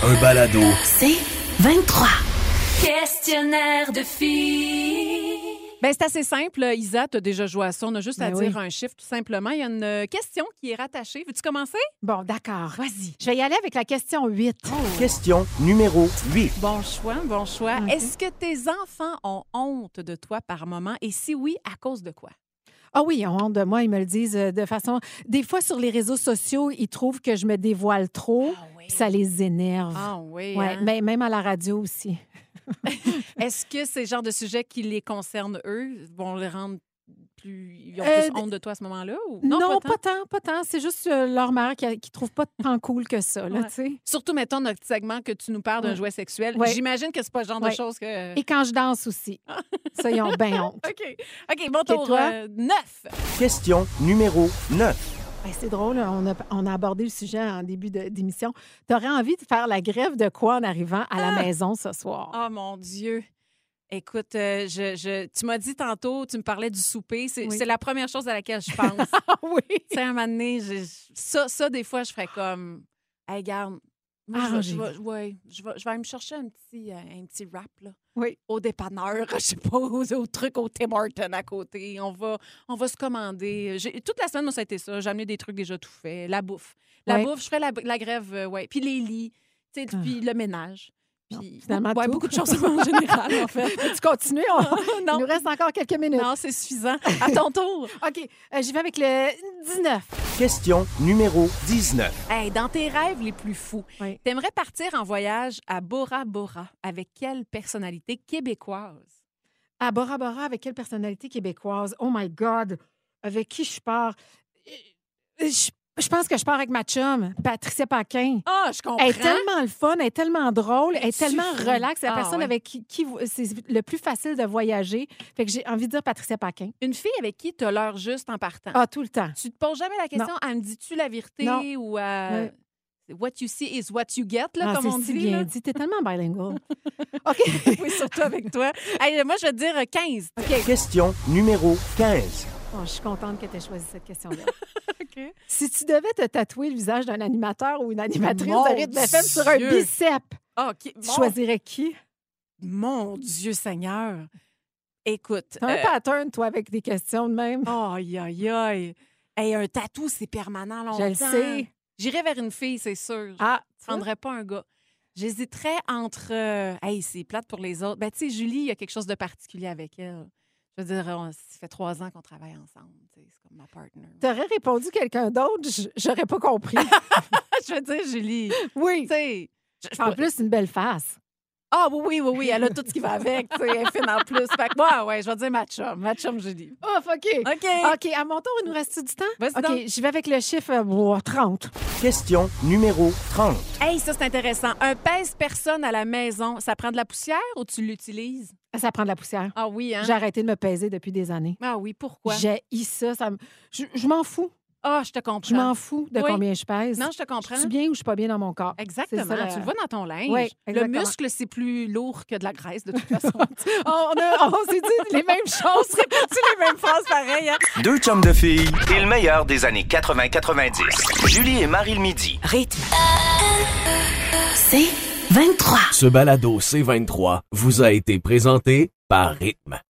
un balado,
C'est 23.
Questionnaire de filles.
Ben, c'est assez simple. Isa, tu as déjà joué à ça. On a juste à
Ben oui.
dire un chiffre, tout simplement. Il y a une euh, question qui est rattachée. Veux-tu commencer?
Bon, d'accord. Vas-y. Je vais y aller avec la question 8.
Oh,
Question numéro 8.
Bon choix, bon choix.
Ok.
Est-ce que tes enfants ont honte de toi par moment? Et si oui, à cause de quoi?
Ah oui, ils ont honte de moi, ils me le disent euh, de façon. Des fois, sur les réseaux sociaux, ils trouvent que je me dévoile trop, puis ça les énerve.
Ah oui.
Ouais,
hein?
mais même à la radio aussi.
Est-ce que c'est le genre de sujet qui les concerne eux? Vont les rendre plus. Ils ont
Euh,
plus honte de toi à ce moment-là? Ou...
non,
tant.
pas tant, pas tant. C'est juste euh, leur mère qui, a- qui trouve pas tant cool que ça, là,
Ouais.
tu sais.
Surtout, mettons, notre petit segment que tu nous parles d'un
Ouais.
jouet sexuel.
Ouais.
J'imagine que c'est pas le genre de
Ouais.
choses que.
Et quand je danse aussi. ça, ils ont bien honte.
OK. OK, bon
Et
tour.
toi?
euh, neuf.
Question numéro 9.
Ben, c'est drôle, on a, on a abordé le sujet en début de- d'émission. Tu aurais envie de faire la grève de quoi en arrivant à
Ah!
la maison ce soir?
Oh mon Dieu. Écoute, euh, je, je- tu m'as dit tantôt, tu me parlais du souper. C'est
Oui.
c'est la première chose à laquelle je pense.
Ah oui!
tu sais, à un moment donné, j'ai- ça, ça, des fois, je ferais comme, hey, garde, moi,
Ah,
je vais- je vais, ouais, je vais, je vais aller me chercher un petit, euh, un petit rap, là.
Oui.
Au dépanneur, je sais pas, au, au truc au Tim Hortons à côté. On va, on va se commander. J'ai- Toute la semaine, moi, ça a été ça. J'ai amené des trucs déjà tout faits. La bouffe. La
Ouais.
bouffe, je ferais la, la grève, euh, ouais. Puis les lits, tu sais,
Ah.
puis le ménage.
Non,
Puis,
finalement,
ouais,
tout.
beaucoup de choses en général, en fait.
Tu continues? on- Il nous
non,
reste encore quelques minutes.
non c'est suffisant. À ton tour.
OK, euh, j'y vais avec le 19.
Question numéro 19.
Hey, dans tes rêves les plus fous,
Oui.
t'aimerais partir en voyage à Bora Bora avec quelle personnalité québécoise?
À Bora Bora, avec quelle personnalité québécoise? Oh my God! Avec qui je pars? Euh, Je, je pense que je pars avec ma chum, Patricia Paquin.
Ah, je comprends.
Elle est tellement le fun, elle est tellement drôle, elle est
Es-tu
tellement
fun?
relaxe. C'est la
Ah,
personne
ouais.
avec qui, qui vous- c'est le plus facile de voyager. Fait que j'ai envie de dire Patricia Paquin.
Une fille avec qui tu as l'heure juste en partant.
Ah, tout le temps.
Tu te poses jamais la question, elle me dis-tu la vérité
Non.
ou euh,
Ouais.
what you see is what you get, là,
Ah,
comme on
c'est si
dit.
bien
là.
dit. T'es tellement bilingual. OK.
Oui, surtout avec toi. Hey, moi, je vais te dire euh, 15.
Question numéro 15.
Bon, Oh, je suis contente que tu aies choisi cette question-là. Si tu devais te tatouer le visage d'un animateur ou une animatrice
Mon
de rythme FM sur un
Dieu.
bicep,
Ah, OK.
tu
Mon-
choisirais qui?
Mon Dieu Seigneur. Écoute.
T'as un
euh,
pattern, toi, avec des questions de même.
Aïe, aïe, aïe. Hey, un tatou, c'est permanent longtemps.
je le sais.
J'irais vers une fille, c'est sûr. Je
Ah, tu vois?
prendrais pas un gars. J'hésiterais entre. euh, hey, c'est plate pour les autres. Ben, tu sais, Julie, il y a quelque chose de particulier avec elle. Je veux dire, on- ça fait trois ans qu'on travaille ensemble. tu sais, C'est comme ma partner.
T'aurais répondu quelqu'un d'autre, j- j'aurais pas compris.
je veux dire, Julie, tu
oui.
sais. je- je
En
pourrais-
plus, une belle face.
Ah oui, oui, oui, oui, elle a tout ce qui va avec. tu sais, Elle est fine en plus. Fait que moi, ouais, je vais dire ma chum, ma chum Julie.
Ouf, OK.
OK.
OK, à mon tour, il nous reste du temps?
Vas-y donc.
OK, j'y vais avec le chiffre euh, ouah, 30.
Question numéro 30.
Hey, ça, c'est intéressant. Un pèse-personne à la maison, ça prend de la poussière ou tu l'utilises?
Ça prend de la poussière.
Ah oui, hein?
J'ai arrêté de me peser depuis des années.
Ah oui, pourquoi?
J'ai ça. ça me- je je m'en fous.
Ah, je te comprends.
Je m'en fous de
Oui.
combien je pèse.
Non, je te comprends.
Je suis bien ou je suis pas bien dans mon corps.
Exactement.
C'est ça,
tu
la-
le vois dans ton linge.
Oui,
le
exactement.
muscle, c'est plus lourd que de la graisse, de toute façon.
On, a- on s'est dit les mêmes choses.
les mêmes phrases pareilles.
hein.
Deux chums de filles et le meilleur des années 80-90. Julie et Marie le midi.
Rythme. C'est 23.
Ce balado C23 vous a été présenté par Rythme.